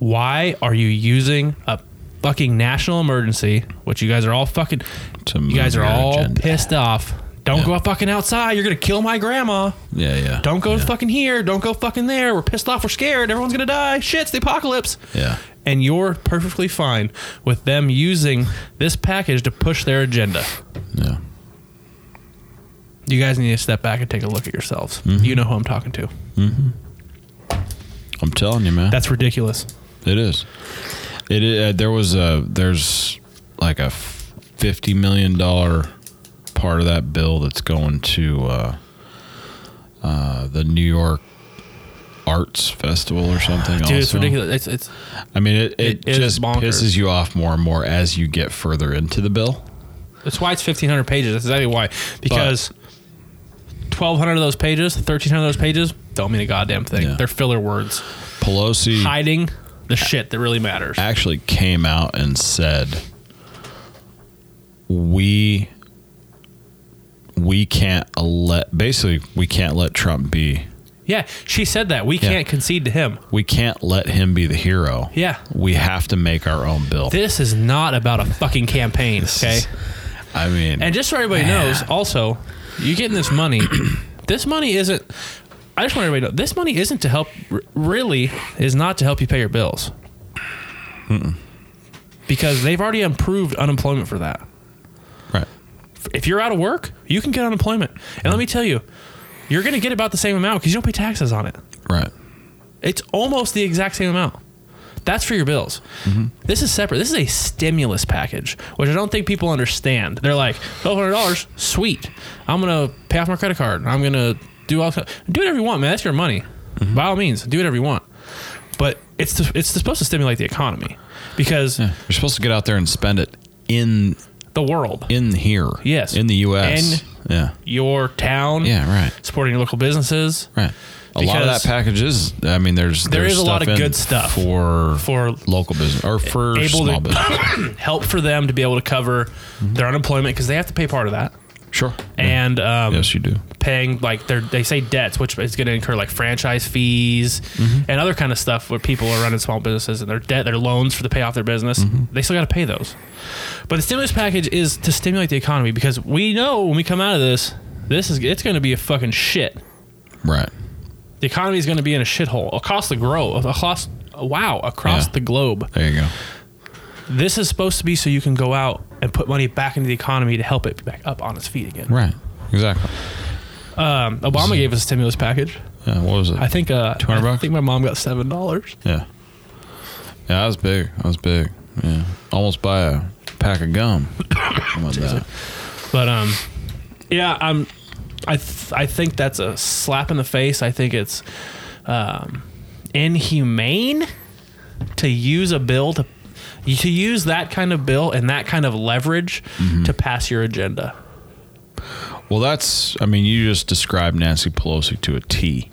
B: why are you using a fucking national emergency, which you guys are all fucking,
D: To
B: you guys are
D: move your
B: all
D: agenda.
B: pissed off. Don't
D: Yeah.
B: go fucking outside. You're gonna kill my grandma.
D: Yeah, yeah.
B: Don't go
D: yeah.
B: fucking here. Don't go fucking there. We're pissed off. We're scared. Everyone's gonna die. Shit's the apocalypse.
D: Yeah.
B: And you're perfectly fine with them using this package to push their agenda.
D: Yeah.
B: You guys need to step back and take a look at yourselves. You know who I'm talking to.
D: I'm telling you, man.
B: That's ridiculous.
D: It is. It is, uh, there was a there's like a fifty million dollar part of that bill that's going to uh, uh, the New York Arts Festival or something.
B: Dude, it's
D: also.
B: ridiculous. It's, it's
D: I mean, it, it,
B: It is
D: just
B: bonkers.
D: pisses you off more and more as you get further into the bill.
B: That's why it's fifteen hundred pages. That's exactly why. Because twelve hundred of those pages, thirteen hundred of those pages, don't mean a goddamn thing.
D: Yeah. Mm.
B: They're filler words
D: Pelosi
B: hiding the shit that really matters.
D: actually came out and said we we can't let basically we can't let Trump be
B: Yeah, she said that we can't concede to him.
D: we can't let him be the hero.
B: Yeah.
D: We have to make our own bill.
B: This is not about a fucking campaign,
D: This
B: okay?
D: is- I mean,
B: And just so everybody knows, also, you getting this money. this money isn't. I just want everybody to know this money isn't to help. r- Really, is not to help you pay your bills. Because they've already improved unemployment for that. if you're out of work, you can get unemployment. And let me tell you, you're going to get about the same amount because you don't pay taxes on it.
D: Right.
B: It's almost the exact same amount. That's for your bills.
D: Mm-hmm.
B: This is separate. This is a stimulus package, which I don't think people understand. They're like, twelve hundred dollars, sweet. I'm gonna pay off my credit card. I'm gonna do all do whatever you want, man. That's your money.
D: Mm-hmm.
B: By all means, do whatever you want. But it's to, it's supposed to stimulate the economy because
D: You're supposed to get out there and spend it in
B: the world,
D: in here.
B: Yes.
D: In the U.S. yeah.
B: your town,
D: Yeah. Right.
B: supporting your local businesses
D: Right. A lot of
B: Because-
D: that package is. I mean, there's
B: There
D: there's
B: is a lot of
D: in
B: good stuff
D: for
B: for
D: local business or for
B: Able to-
D: small business.
B: help for them to be able to cover
D: Mm-hmm.
B: their unemployment because they have to pay part of that.
D: sure.
B: And um,
D: yes, you do.
B: paying like their they say debts, which is going to incur like franchise fees
D: Mm-hmm.
B: and other kind of stuff where people are running small businesses and their debt, their loans for the pay off their business.
D: Mm-hmm.
B: They still got to pay those. But the stimulus package is to stimulate the economy because we know when we come out of this, this is it's going to be a fucking shit.
D: Right.
B: The economy is going to be in a shithole across the globe. Across wow, across
D: Yeah.
B: the globe.
D: There you go.
B: This is supposed to be so you can go out and put money back into the economy to help it back up on its feet again.
D: Right. Exactly.
B: Um, Obama gave us a stimulus package.
D: Yeah, what was it?
B: I think uh,
D: 200
B: I
D: bucks?
B: think my mom got seven dollars.
D: Yeah. Yeah, that was big. That was big. Yeah. Almost buy a pack of gum. with that.
B: But um, yeah, I'm. I th- I think that's a slap in the face. I think it's um, inhumane to use a bill to to use that kind of bill and that kind of leverage to pass your agenda.
D: Well, that's, I mean, you just described Nancy Pelosi to a T.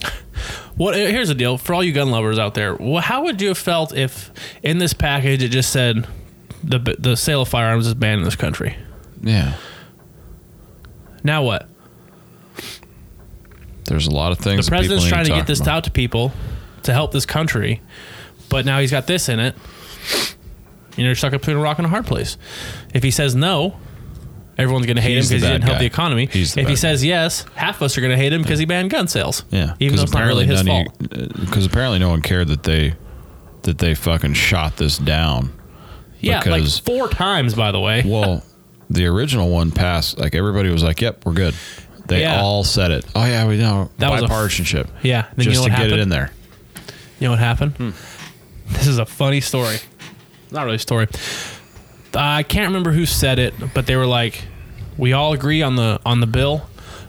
B: What eh, here's the deal for all you gun lovers out there. wh- How would you have felt if in this package it just said the b- the sale of firearms is banned in this country?
D: Yeah.
B: Now what?
D: There's a lot of things.
B: the
D: that people
B: president's
D: need
B: trying to get
D: talk
B: this
D: about.
B: out to people to help this country, but now he's got this in it. You know, you're stuck between a rock and a hard place. If he says no, everyone's going to hate
D: He's
B: him because
D: the
B: he
D: bad
B: didn't help
D: guy.
B: the economy.
D: He's the
B: if he
D: bad guy.
B: says yes, half of us are going to hate him because he banned gun sales.
D: Yeah.
B: even though it's not really his fault.
D: Because uh, apparently no one cared that they, that they fucking shot this down.
B: yeah, like
D: because-
B: four times, by the way.
D: Well, the original one passed. Like everybody was like, "Yep, we're good." They
B: Yeah.
D: all said it. Oh yeah, we know
B: That was a f-
D: bipartisanship.
B: Yeah, then you
D: just
B: know
D: to get
B: what
D: it
B: happened?
D: in there.
B: You know what happened?
D: Hmm.
B: This is a funny story. Not really a story. I can't remember who said it, but they were like, "We all agree on the on the bill.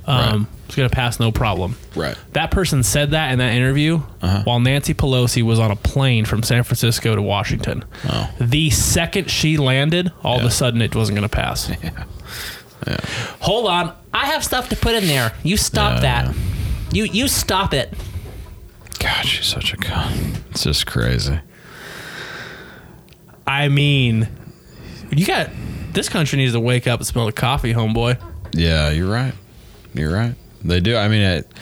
B: Um,
D: Right.
B: It's gonna pass no problem."
D: Right.
B: That person said that in that interview
D: Uh-huh.
B: while Nancy Pelosi was on a plane from San Francisco to Washington.
D: Oh.
B: The second she landed, all of
D: Yeah.
B: a sudden it wasn't going to pass. Hold on, I have stuff to put in there. You
D: Yeah,
B: stop that. You you stop it.
D: God, she's such a cunt. It's just crazy.
B: I mean, you got this country needs to wake up and smell the coffee, homeboy.
D: Yeah, you're right. You're right. They do. I mean, it,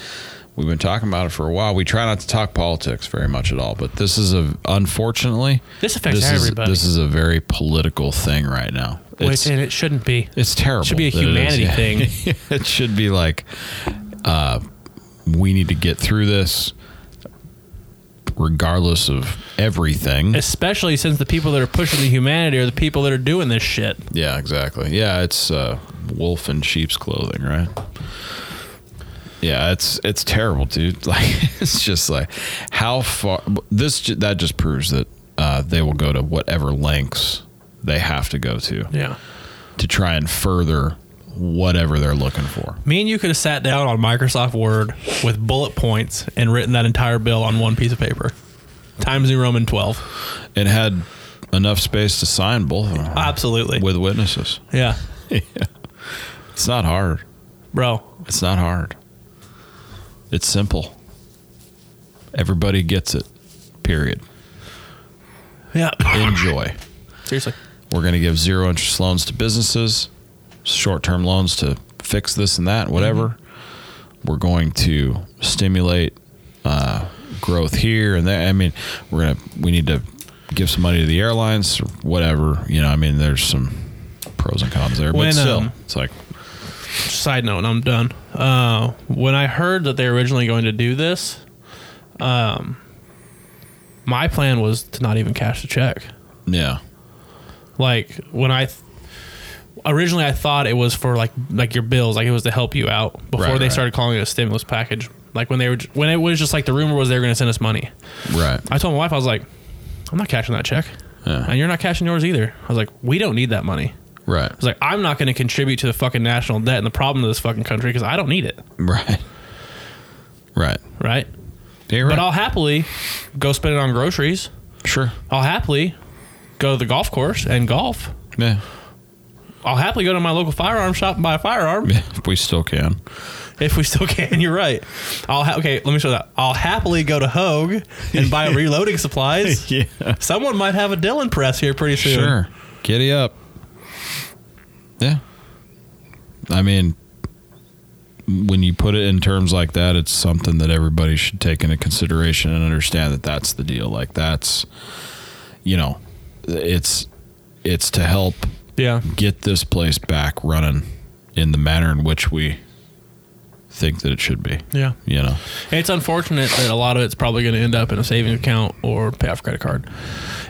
D: we've been talking about it for a while. We try not to talk politics very much at all, but this is a unfortunately
B: This affects
D: this
B: everybody.
D: Is, this is a very political thing right now.
B: Which
D: It's,
B: and it shouldn't be.
D: It's terrible.
B: Should be a
D: that it is.
B: humanity thing.
D: it should be like, uh, we need to get through this, regardless of everything.
B: Especially since the people that are pushing the humanity are the people that are doing this shit.
D: yeah, exactly. Yeah, it's uh, wolf in sheep's clothing, right? Yeah, it's it's terrible, dude. Like it's just like how far this ju- that just proves that uh, they will go to whatever lengths they have to go to
B: Yeah.
D: to try and further whatever they're looking for.
B: Me and you could have sat down on Microsoft Word with bullet points and written that entire bill on one piece of paper. Times New Roman 12.
D: It had enough space to sign both of them
B: Absolutely.
D: with witnesses.
B: yeah.
D: It's not hard.
B: Bro,
D: It's not hard. It's simple. Everybody gets it. Period.
B: Yeah.
D: Enjoy.
B: Seriously.
D: We're going to give zero interest loans to businesses, short term loans to fix this and that, whatever.
B: Mm-hmm.
D: We're going to stimulate uh, growth here and there. I mean, we're going to, we need to give some money to the airlines or whatever. You know, I mean, there's some pros and cons there,
B: When,
D: but still,
B: um,
D: it's like,
B: Side note, and I'm done. Uh, when I heard that they were originally going to do this, um, my plan was to not even cash the check.
D: yeah.
B: Like when I, th- originally I thought it was for like like your bills, like it was to help you out before
D: Right,
B: they
D: right.
B: started calling it a stimulus package. Like when they were j- when it was just like the rumor was they were going to send us money.
D: Right.
B: I told my wife I was like, I'm not cashing that check,
D: Yeah.
B: and you're not cashing yours either. I was like, we don't need that money.
D: Right.
B: I was like, I'm not going to contribute to the fucking national debt and the problem of this fucking country because I don't need it,
D: Right. Right.
B: right?
D: Yeah, you're
B: But
D: right.
B: I'll happily go spend it on groceries.
D: sure.
B: I'll happily go to the golf course and golf.
D: Yeah.
B: I'll happily go to my local firearm shop and buy a firearm
D: Yeah. If we still can.
B: if we still can. You're right. I'll ha- okay. Let me show that. I'll happily go to Hogue and buy reloading supplies.
D: Yeah.
B: Someone might have a Dillon press here pretty soon.
D: Sure. Giddy up. Yeah. I mean, when you put it in terms like that, it's something that everybody should take into consideration and understand that that's the deal. Like that's, you know, it's it's to help
B: Yeah.
D: get this place back running in the manner in which we think that it should be.
B: Yeah.
D: You know.
B: It's unfortunate that a lot of it's probably going to end up in a savings account or pay off credit card.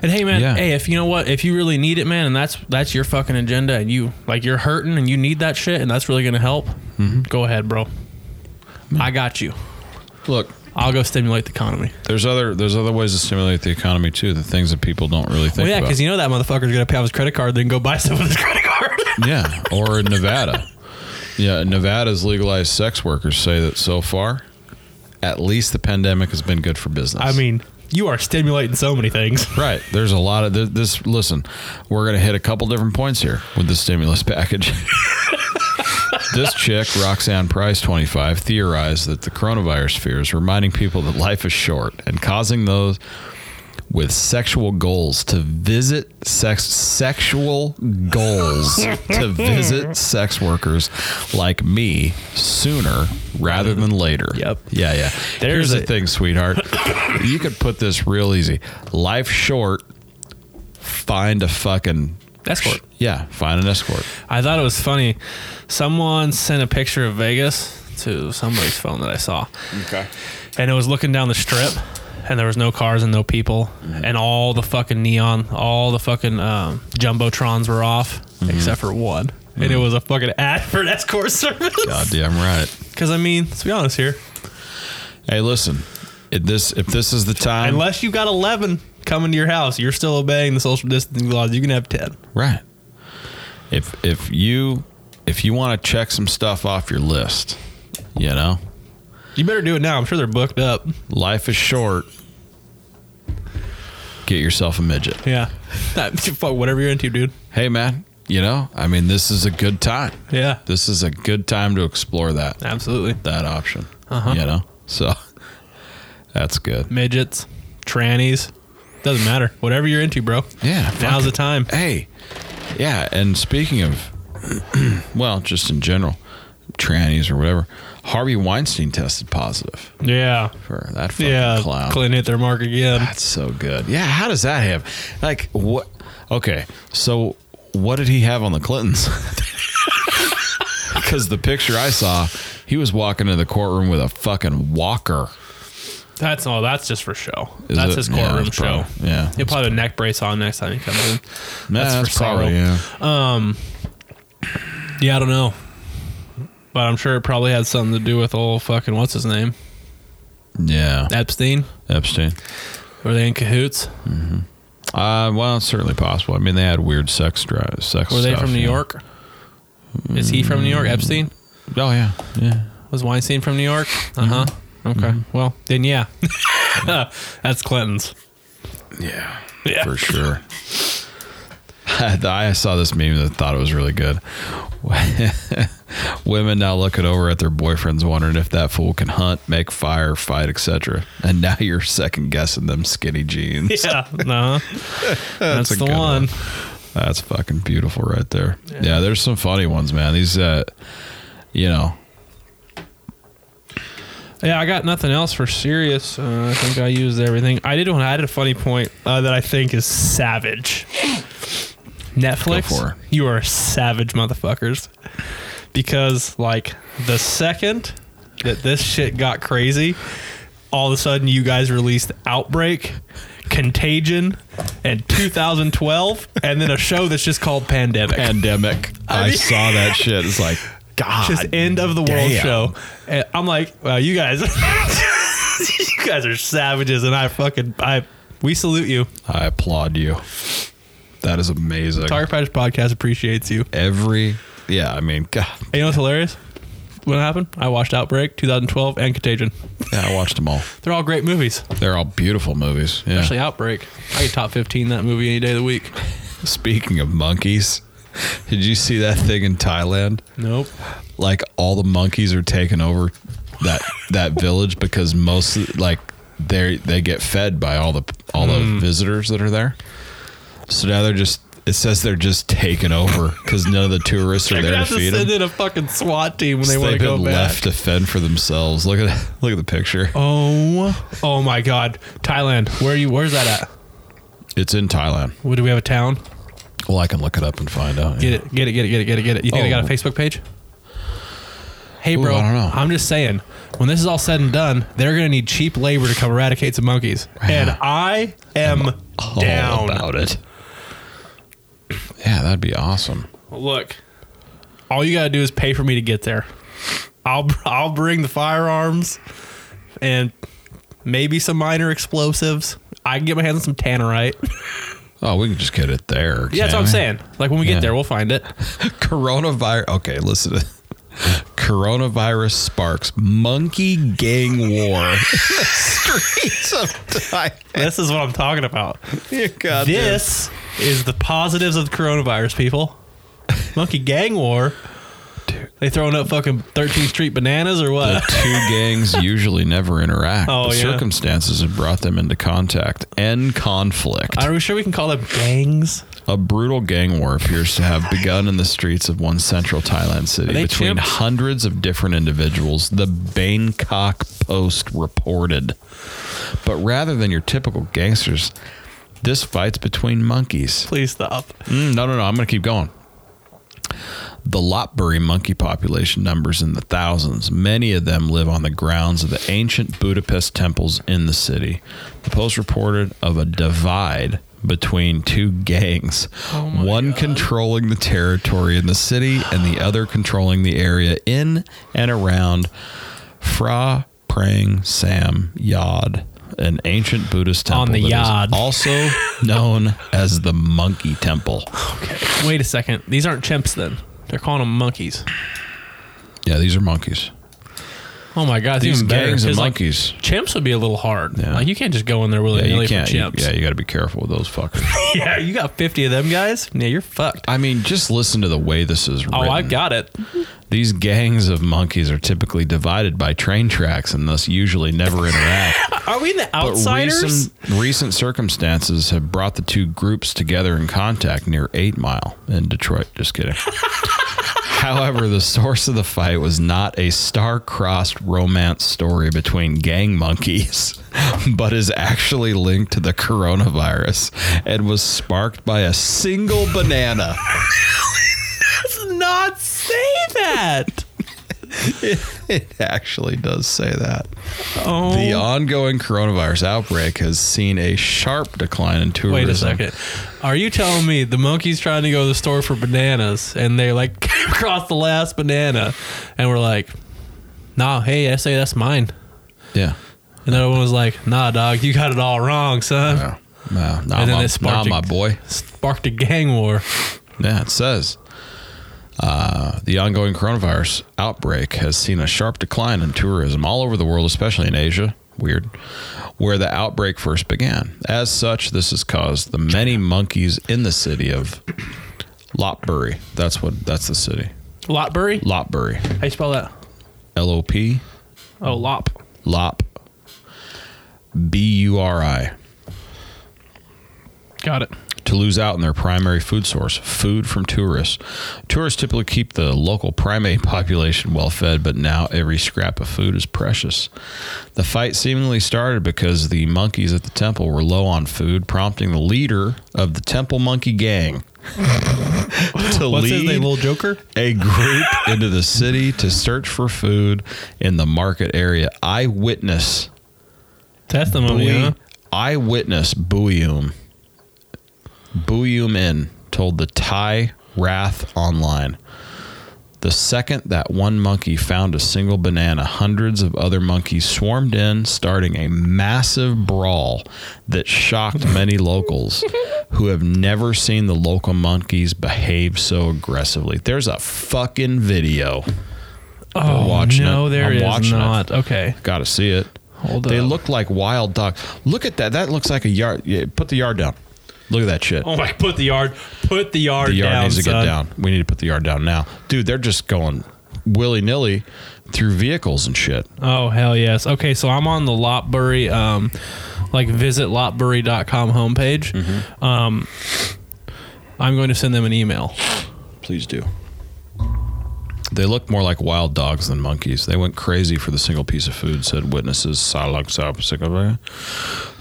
B: And hey, man,
D: Yeah.
B: hey, if you know what, if you really need it, man, and that's that's your fucking agenda, and you like you're hurting and you need that shit, and that's really going to help. Go ahead, bro. I got you.
D: Look,
B: I'll go stimulate the economy.
D: there's other there's other ways to stimulate the economy too. The things that people don't really think
B: Well, yeah,
D: about.
B: because you know that motherfucker's going to pay off his credit card, then go buy stuff with his credit card.
D: Yeah, or in Nevada. Yeah, Nevada's legalized sex workers say that so far, at least the pandemic has been good for business.
B: I mean, you are stimulating so many things.
D: right. There's a lot of th- this. Listen, we're going to hit a couple different points here with the stimulus package. this chick, Roxanne Price, 25, theorized that the coronavirus fear is reminding people that life is short and causing those with sexual goals to visit sex sexual goals to visit sex workers like me sooner rather than later.
B: Yep.
D: Yeah, yeah. Here's
B: There's
D: the
B: it.
D: thing, sweetheart. you could put this real easy. Life short. Find a fucking
B: Escort.
D: Yeah, find an escort.
B: I thought it was funny. Someone sent a picture of Vegas to somebody's phone that I saw.
C: Okay.
B: and it was looking down the strip and there was no cars and no people and all the fucking neon all the fucking um, jumbotrons were off except for one and it was a fucking ad for an escort service
D: Goddamn right.
B: because i mean let's be honest here
D: Hey, listen. If this if this is the time,
B: unless you got 11 coming to your house you're still obeying the social distancing laws you can have 10
D: Right. If if you if you want to check some stuff off your list, you know,
B: you better do it now i'm sure they're booked up
D: life is short. Get yourself a midget.
B: yeah That- fuck whatever you're into dude
D: Hey man, you know, I mean this is a good time.
B: yeah
D: This is a good time to explore that
B: absolutely
D: that option.
B: Uh-huh.
D: You know? So that's good.
B: midgets trannies doesn't matter whatever you're into bro
D: Yeah.
B: now's the
D: fuck
B: time
D: it. Hey. Yeah, and speaking of well, just in general, trannies or whatever, Harvey Weinstein tested positive.
B: yeah
D: for that fucking
B: Yeah,
D: clown.
B: Clinton hit their mark again.
D: That's so good. Yeah, how does that have? Like what? Okay, so what did he have on the Clintons? Because the picture I saw, he was walking to the courtroom with a fucking walker.
B: That's all. That's just for show.
D: Is
B: that's
D: it?
B: his
D: Yeah,
B: courtroom
D: that's
B: show.
D: probably- yeah.
B: he'll probably have a neck brace on next time he comes in. That's, for sorrow.
D: probably-
B: Yeah.
D: yeah.
B: I don't know, but I'm sure it probably had something to do with old fucking what's his name
D: Yeah,
B: Epstein.
D: Epstein.
B: Were they in cahoots?
D: Uh, well, it's certainly possible. I mean, they had weird sex drives. Sex.
B: Were they
D: stuff,
B: from New
D: yeah.
B: York? Is he from New York? Epstein
D: Oh yeah, yeah.
B: was Weinstein from New York? Uh huh. Okay. Well, then yeah, that's Clinton's.
D: Yeah.
B: Yeah.
D: For sure. I saw this meme that thought it was really good. Women now looking over at their boyfriends, wondering if that fool can hunt, make fire, fight, etc. And now you're second guessing them skinny jeans.
B: Yeah. No. that's
D: a
B: the
D: good
B: one.
D: one. That's fucking beautiful right there. Yeah. there's some funny ones, man. These, uh, you know,
B: Yeah, I got nothing else for serious. Uh, I think I used everything. I did one. I had a funny point uh, that I think is savage. Netflix,
D: Go for it.
B: you are savage motherfuckers. Because like the second that this shit got crazy, all of a sudden you guys released Outbreak, Contagion, and 2012, and then a show that's just called Pandemic.
D: Pandemic. I,
B: mean-
D: saw that shit. It's like God.
B: just end of the world
D: damn.
B: show. And I'm like, well, you guys, you guys are savages, and I fucking I we salute you.
D: I applaud you. That is amazing.
B: Target Fighters podcast appreciates you.
D: Every yeah, I mean, God,
B: And you know what's hilarious? What happened? I watched Outbreak, 2012, and Contagion.
D: yeah, I watched them all.
B: They're all great movies.
D: They're all beautiful movies. Yeah.
B: Actually, Outbreak. I could top 15 that movie any day of the week.
D: Speaking of monkeys, did you see that thing in Thailand?
B: Nope.
D: Like all the monkeys are taking over that that village because most of- like they they get fed by all the all
B: Hmm.
D: the visitors that are there. So now they're just it says they're just taking over because none of the tourists are
B: They're
D: there
B: gonna
D: to
B: have to
D: feed them.
B: send in a fucking SWAT team when they
D: So
B: want to
D: they've
B: go
D: been left
B: back.
D: to fend for themselves. Look at look at the picture.
B: Oh, oh my God, Thailand. Where are you? Where's that at?
D: It's in Thailand.
B: What do we have a town?
D: Well, I can look it up and find out.
B: Get it, get it, get it, get it, get it, get it. You think I got a
D: Oh.
B: Facebook page? Hey,
D: Ooh,
B: bro.
D: I don't know.
B: am just saying, when this is all said and done, they're going to need cheap labor to come eradicate some monkeys. And I am
D: all
B: down.
D: about it. Yeah, that'd be awesome.
B: Look, all you got to do is pay for me to get there. I'll I'll bring the firearms and maybe some minor explosives. I can get my hands on some tannerite.
D: Oh, we can just get it there.
B: Yeah, that's what I'm
D: can't
B: saying. Like when we
D: Yeah.
B: get there, we'll find it.
D: we? Coronavirus. Okay, listen. to- Coronavirus sparks monkey gang war. in the streets of Thailand.
B: This is what I'm talking about.
D: You got this.
B: This is the positives of the coronavirus, people. Monkey gang war. They throwing up fucking 13th Street bananas or
D: The
B: what?
D: two gangs usually never interact.
B: Oh,
D: the
B: yeah.
D: circumstances have brought them into contact and conflict.
B: Are we sure we can call them gangs?
D: A brutal gang war appears to have begun in the streets of one central Thailand city
B: they
D: between
B: chimps?
D: hundreds of different individuals, the Bangkok Post reported. But rather than your typical gangsters, this fight's between monkeys.
B: Please stop.
D: Mm, no, no, no, I'm going to keep going. The Lopburi monkey population numbers in the thousands. Many of them live on the grounds of the ancient Budapest temples in the city. The Post reported of a divide between two gangs,
B: Oh
D: one controlling the territory in the city and the other controlling the area in and around Phra Prang Sam Yod, an ancient Buddhist temple
B: On the
D: that is
B: yard.
D: also known as the Monkey Temple.
B: Wait a second. These aren't chimps then. They're calling them monkeys.
D: Yeah, these are monkeys.
B: Oh my god, it's
D: These
B: even better,
D: gangs of
B: 'cause, like,
D: monkeys.
B: chimps would be a little hard.
D: Yeah.
B: Like you can't just go in there willy
D: yeah,
B: nilly
D: you
B: for
D: can't. You,
B: chimps.
D: yeah, you got to be careful with those fuckers.
B: yeah, you got fifty of them guys. Yeah, you're fucked.
D: I mean, just listen to the way this is
B: Oh,
D: written.
B: I got it.
D: These gangs of monkeys are typically divided by train tracks and thus usually never interact.
B: Are we in the
D: But
B: outsiders?
D: recent, recent circumstances have brought the two groups together in contact near Eight Mile in Detroit. Just kidding. However, the source of the fight was not a star-crossed romance story between gang monkeys, but is actually linked to the coronavirus and was sparked by a single banana.
B: Let's not say that.
D: It actually does say that.
B: Oh,
D: The ongoing coronavirus outbreak has seen a sharp decline in tourism.
B: Wait a second. Are you telling me the monkey's trying to go to the store for bananas and they like came across the last banana and we're like, nah, hey, I say that's mine.
D: Yeah.
B: And the other one was like, nah, dog, you got it all wrong, son.
D: No, no, not,
B: And then
D: my,
B: it
D: not
B: sparked a-
D: my boy.
B: Sparked a gang war.
D: Yeah, it says uh, the ongoing coronavirus outbreak has seen a sharp decline in tourism all over the world, especially in Asia. Weird, where the outbreak first began. As such, this has caused the many monkeys in the city of Lopburi. That's what. That's the city.
B: Lopbury?
D: Lopburi.
B: How you spell that?
D: L O P.
B: Oh, lop.
D: Lop. B U R I.
B: Got it.
D: to lose out on their primary food source, food from tourists. Tourists typically keep the local primate population well fed, but now every scrap of food is precious. The fight seemingly started because the monkeys at the temple were low on food, prompting the leader of the temple monkey gang to
B: What's his
D: lead
B: name, Little Joker?
D: a group into the city to search for food in the market area. Eyewitness
B: Testimony,
D: Buoy-
B: huh?
D: eyewitness Bouillon Booyum In told the Thai Wrath Online. The second that one monkey found a single banana, hundreds of other monkeys swarmed in, starting a massive brawl that shocked many locals who have never seen the local monkeys behave so aggressively. There's a fucking video.
B: Oh
D: watching
B: no,
D: it.
B: there
D: I'm
B: is
D: watching it.
B: not. Okay,
D: Got to see it.
B: Hold
D: they
B: up.
D: look like wild dogs. Look at that. That looks like a yard. Yeah, put the yard down. Look at that shit.
B: Oh my! Put the yard. Put the yard.
D: the yard
B: down,
D: needs to
B: son.
D: get down. We need to put the yard down now, dude. They're just going willy nilly through vehicles and shit.
B: Oh hell yes. Okay, so I'm on the Lopbury, um, like visit lopbury.com homepage. Um, I'm going to send them an email.
D: Please do. They look more like wild dogs than monkeys. They went crazy for the single piece of food, said witnesses. Salak Sap- Sikaba,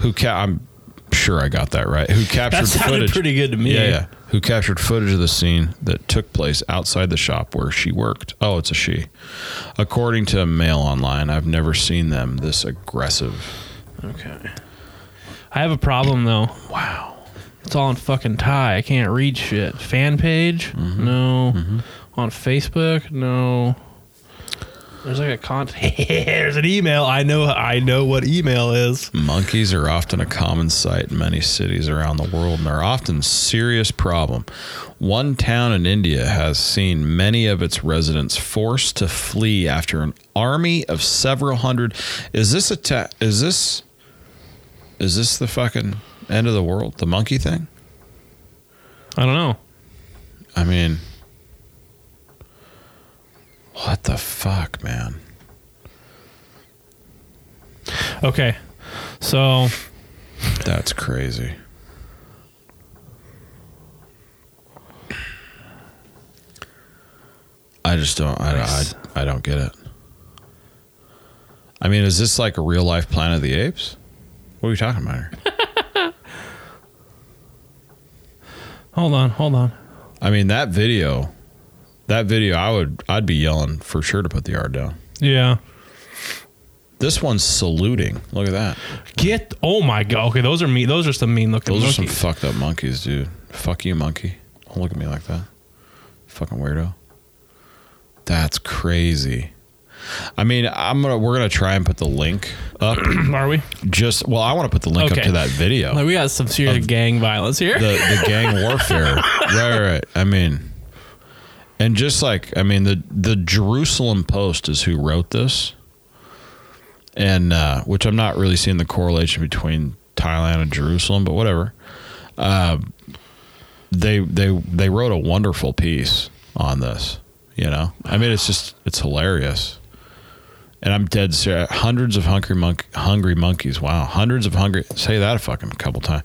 D: Who ca- I'm sure I got that right. Who captured
B: That sounded
D: footage?
B: pretty good to me.
D: Yeah, yeah. Who captured footage of the scene that took place outside the shop where she worked? Oh, it's a she. According to Mail Online, I've never seen them this aggressive.
B: Okay. I have a problem though.
D: Wow.
B: It's all in fucking Thai. I can't read shit. Fan page? No. On Facebook? No. There's like a contact. There's an email. I know. I know what email is.
D: Monkeys are often a common sight in many cities around the world and are often a serious problem. One town in India has seen many of its residents forced to flee after an army of several hundred. Is this a ta- is this is this the fucking end of the world? The monkey thing?
B: I don't know.
D: I mean, what the fuck, man?
B: Okay. So
D: That's crazy. I just don't. I,
B: Nice.
D: I, I don't get it. I mean, is this like a real life Planet of the Apes? What are we talking about here?
B: hold on. Hold on.
D: I mean, that video, that video, I would, I'd be yelling for sure to put the yard down.
B: Yeah.
D: This one's saluting. Look at that.
B: Get oh my god. Okay, those are me. Those are some mean looking.
D: Those are some
B: monkeys.
D: fucked up monkeys, dude. Fuck you, monkey. Don't look at me like that. Fucking weirdo. That's crazy. I mean, I'm gonna we're gonna try and put the link up.
B: are we?
D: Just well, I want to put the link up
B: Okay.
D: to that video.
B: Like we got some serious gang violence here.
D: the the gang warfare. right, right, right. I mean, and just like I mean, the the Jerusalem Post is who wrote this, and uh, which I'm not really seeing the correlation between Thailand and Jerusalem, but whatever. Uh, they they they wrote a wonderful piece on this. You know, I mean, it's just it's hilarious. And I'm dead serious. Hundreds of hungry monk, hungry monkeys. Wow, hundreds of hungry. Say that a fucking couple times.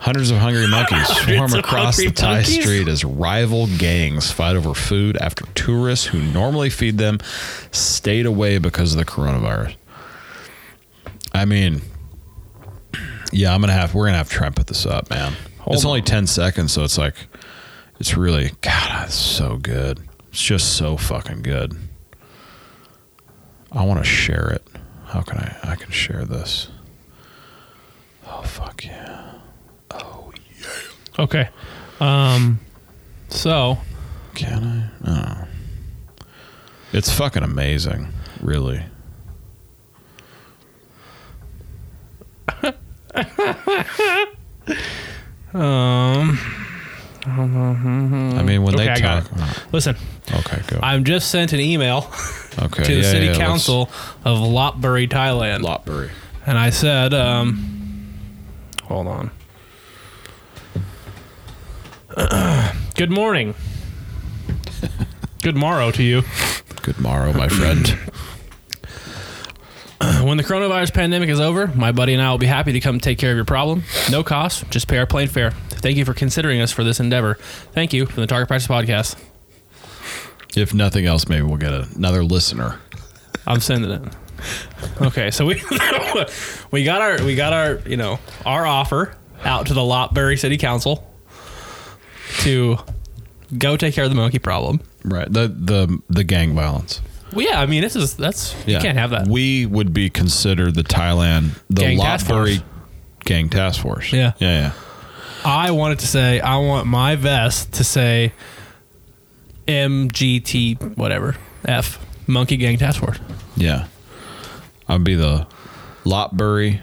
D: Hundreds of hungry monkeys swarm
B: of
D: across the
B: hungry
D: Thai
B: monkeys?
D: street as rival gangs fight over food after tourists who normally feed them stayed away because of the coronavirus. I mean, yeah, I'm gonna have. We're gonna have to try and put this up, man. it's only ten seconds, so it's like, it's really God. It's so good. It's just so fucking good. I want to share it. How can I? I can share this. Oh fuck yeah!
B: okay. Um. So
D: Can I? Oh. It's fucking amazing, really. um. I mean, when
B: Okay,
D: they
B: I got
D: talk. Oh,
B: listen,
D: Okay, go.
B: I'm just sent an email
D: okay,
B: to the
D: yeah,
B: city
D: yeah, let's-
B: council of Lopburi, Thailand,
D: Lotbury.
B: and I said, um, hold on. Good morning. Good morrow to you.
D: Good morrow, my friend.
B: When the coronavirus pandemic is over, my buddy and I will be happy to come take care of your problem. No cost, just pay our plane fare. Thank you for considering us for this endeavor. Thank you from the Target Practice Podcast.
D: if nothing else, maybe we'll get another listener.
B: I'm sending it. Okay, so we we got our we got our you know our offer out to the Lopbury City Council to go take care of the monkey problem.
D: Right. The the the gang violence.
B: Well, yeah, I mean this is that's you can't have that.
D: We would be considered the Thailand, the
B: Gang task
D: Lopburi
B: force.
D: gang task force.
B: Yeah.
D: Yeah. Yeah.
B: I wanted to say I want my vest to say MGT whatever F Monkey Gang Task Force.
D: Yeah. I'd be the Lotbury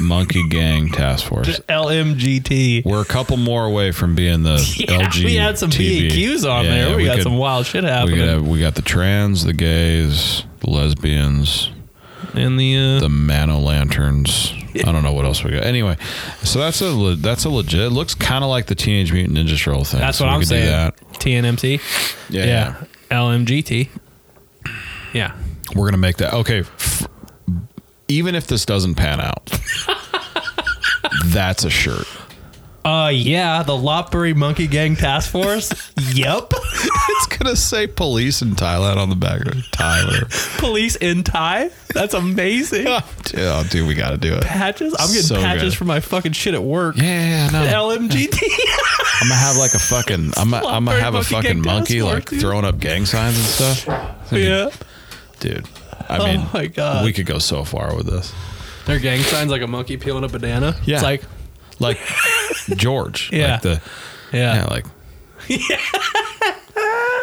D: Monkey Gang Task Force.
B: LMGT.
D: We're a couple more away from being the
B: Yeah,
D: LG.
B: we had some BAQs on
D: Yeah,
B: there. We, got
D: could-
B: some wild shit
D: We,
B: happening
D: could have, we got the trans, the gays, the lesbians,
B: in the. Uh,
D: the mano lanterns. I don't know what else we got. Anyway, so that's a le- that's a legit. It looks kind of like the Teenage Mutant Ninja Turtle thing.
B: that's
D: so
B: what
D: we
B: I'm
D: could do
B: saying.
D: that.
B: TNMT.
D: Yeah,
B: Yeah. LMGT. Yeah.
D: we're gonna make that okay. F- even if this doesn't pan out, that's a shirt.
B: Uh, yeah, the Lopbury Monkey Gang Task Force. yep.
D: It's gonna say police in Thailand on the back of it. Thailand.
B: Police in tie. That's amazing.
D: oh, dude, we gotta do it.
B: patches. I'm getting
D: So
B: patches
D: good.
B: for my fucking shit at work.
D: Yeah, no.
B: LMGT.
D: I'm gonna have like a fucking. I'm gonna, I'm gonna have a
B: Monkey Gang
D: fucking
B: Task
D: monkey
B: Force,
D: like
B: dude.
D: throwing up gang signs and stuff. I mean,
B: yeah.
D: dude. I
B: Oh
D: mean,
B: my God.
D: we could go so far with this.
B: Their gang signs like a monkey peeling a banana.
D: Yeah.
B: It's like,
D: Like George.
B: Yeah.
D: Like the,
B: yeah.
D: yeah. Like.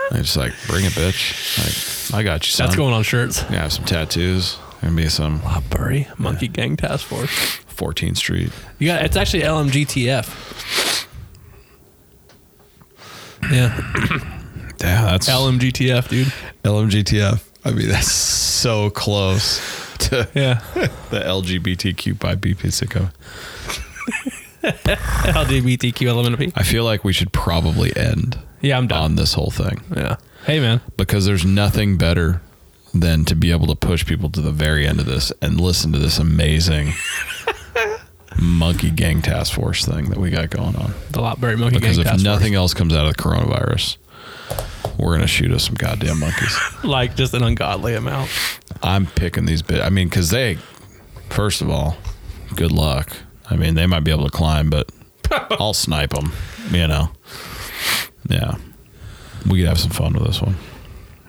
D: I'm just like, bring it, bitch. Like, um, I got you. Son.
B: That's going on shirts.
D: Yeah, I have some tattoos. Gonna be some
B: Lopbury Monkey Gang Task Force.
D: 14th Street.
B: You got it's actually LMGTF. Yeah,
D: Yeah, that's
B: LMGTF, dude.
D: LMGTF. I mean, that's so close to
B: Yeah,
D: the LGBTQ by BP sicko.
B: LGBTQ LMNP.
D: I feel like we should probably end
B: Yeah, I'm done.
D: on this whole thing.
B: Yeah. Hey, man.
D: because there's nothing better than to be able to push people to the very end of this and listen to this amazing monkey gang task force thing that we got going on.
B: The Lopbury Monkey
D: Because
B: Gang
D: if
B: Task
D: nothing else comes out of the coronavirus, we're gonna shoot us some goddamn monkeys.
B: Force. Like just an ungodly amount.
D: I'm picking these bit. I mean, because they, first of all, good luck. I mean, they might be able to climb, but I'll snipe them. You know. Yeah, we could have some fun with this one.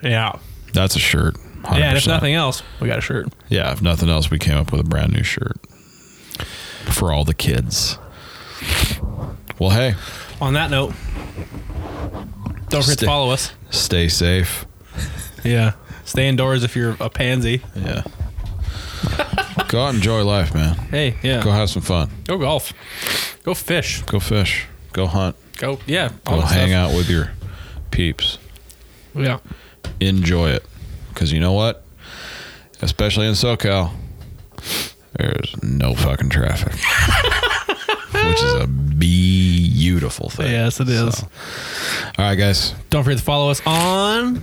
B: Yeah.
D: That's a shirt. 100%.
B: Yeah, and if nothing else, we got a shirt.
D: Yeah, if nothing else, we came up with a brand new shirt for all the kids. Well, hey,
B: On that note, don't forget
D: Stay-
B: to follow us.
D: stay safe.
B: Yeah. Stay indoors if you're a pansy.
D: Yeah. Go out and enjoy life, man.
B: Hey, yeah.
D: Go have some fun.
B: Go golf. Go fish.
D: Go fish. Go hunt.
B: Go. Yeah.
D: Go
B: all that
D: hang
B: stuff.
D: out with your peeps.
B: Yeah.
D: Enjoy it. Because you know what? Especially in SoCal, there's no fucking traffic, which is a beautiful thing.
B: Yes, it is.
D: So- All right, guys.
B: Don't forget to follow us on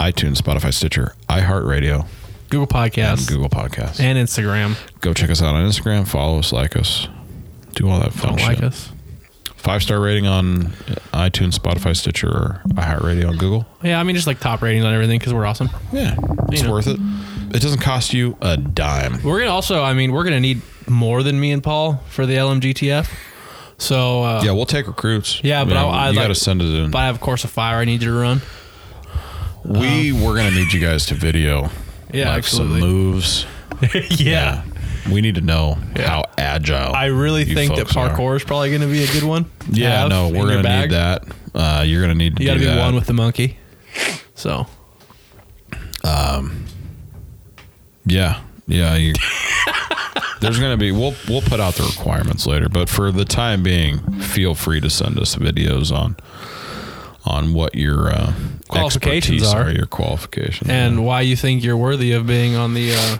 D: iTunes, Spotify, Stitcher, iHeartRadio,
B: Google
D: and
B: Podcasts
D: Google Oh, Podcasts.
B: and Instagram.
D: Go check us out on Instagram. Follow us, like us, do all that fun
B: Don't like
D: shit.
B: us.
D: Five star rating on iTunes, Spotify, Stitcher, or iHeartRadio on Google.
B: Yeah, I mean, just like top ratings on everything because we're awesome.
D: Yeah, it's
B: You know.
D: worth it. It doesn't cost you a dime.
B: We're gonna also, I mean, we're gonna need more than me and Paul for the LMGTF. So, uh,
D: Yeah, we'll take recruits.
B: Yeah, but
D: You know,
B: I- I'd
D: you
B: like-
D: got to send it in.
B: but I have a course of fire I need you to run.
D: we were gonna need you guys to video.
B: um, Yeah,
D: like
B: absolutely.
D: some moves.
B: yeah.
D: we need to know how agile.
B: I really
D: you
B: think that
D: folks are.
B: parkour is probably gonna be a good one. to
D: Yeah,
B: have
D: no,
B: in
D: we're
B: your
D: gonna
B: bag.
D: need that. Uh, you're gonna need to
B: You
D: do
B: gotta be
D: that.
B: one with the monkey. So,
D: Yeah, yeah. You, there's gonna be we'll we'll put out the requirements later, but for the time being, feel free to send us videos on on what your uh,
B: Qualifications
D: expertise
B: are.
D: your qualifications,
B: and why you think you're worthy of being on the uh,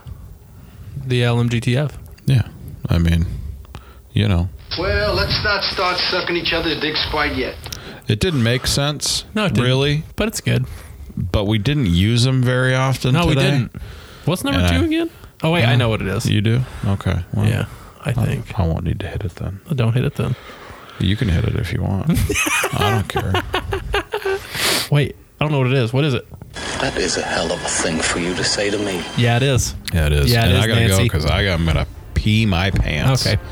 B: the LMGTF?
D: yeah, I mean, you know,
F: Well, let's not start sucking each other's dicks quite yet.
D: it didn't make sense,
B: No, it didn't.
D: really,
B: But it's good.
D: but we didn't use them very often.
B: No, we
D: today.
B: didn't. What's number
D: And I-
B: two again? Oh wait, I know what it is.
D: You do? Okay. well,
B: Yeah, I
D: I
B: think.
D: I won't need to hit it then.
B: Don't hit it then.
D: You can hit it if you want. I don't care.
B: Wait, I don't know what it is. What is it?
G: That is a hell of a thing for you to say to me.
B: Yeah, it is.
D: Yeah, it is.
B: Yeah, it
D: and
B: is,
D: I gotta go
B: Nancy.
D: because I'm gonna pee my pants.
B: Okay.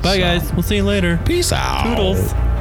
B: Bye, guys. We'll see you later.
D: Peace out.
B: Toodles.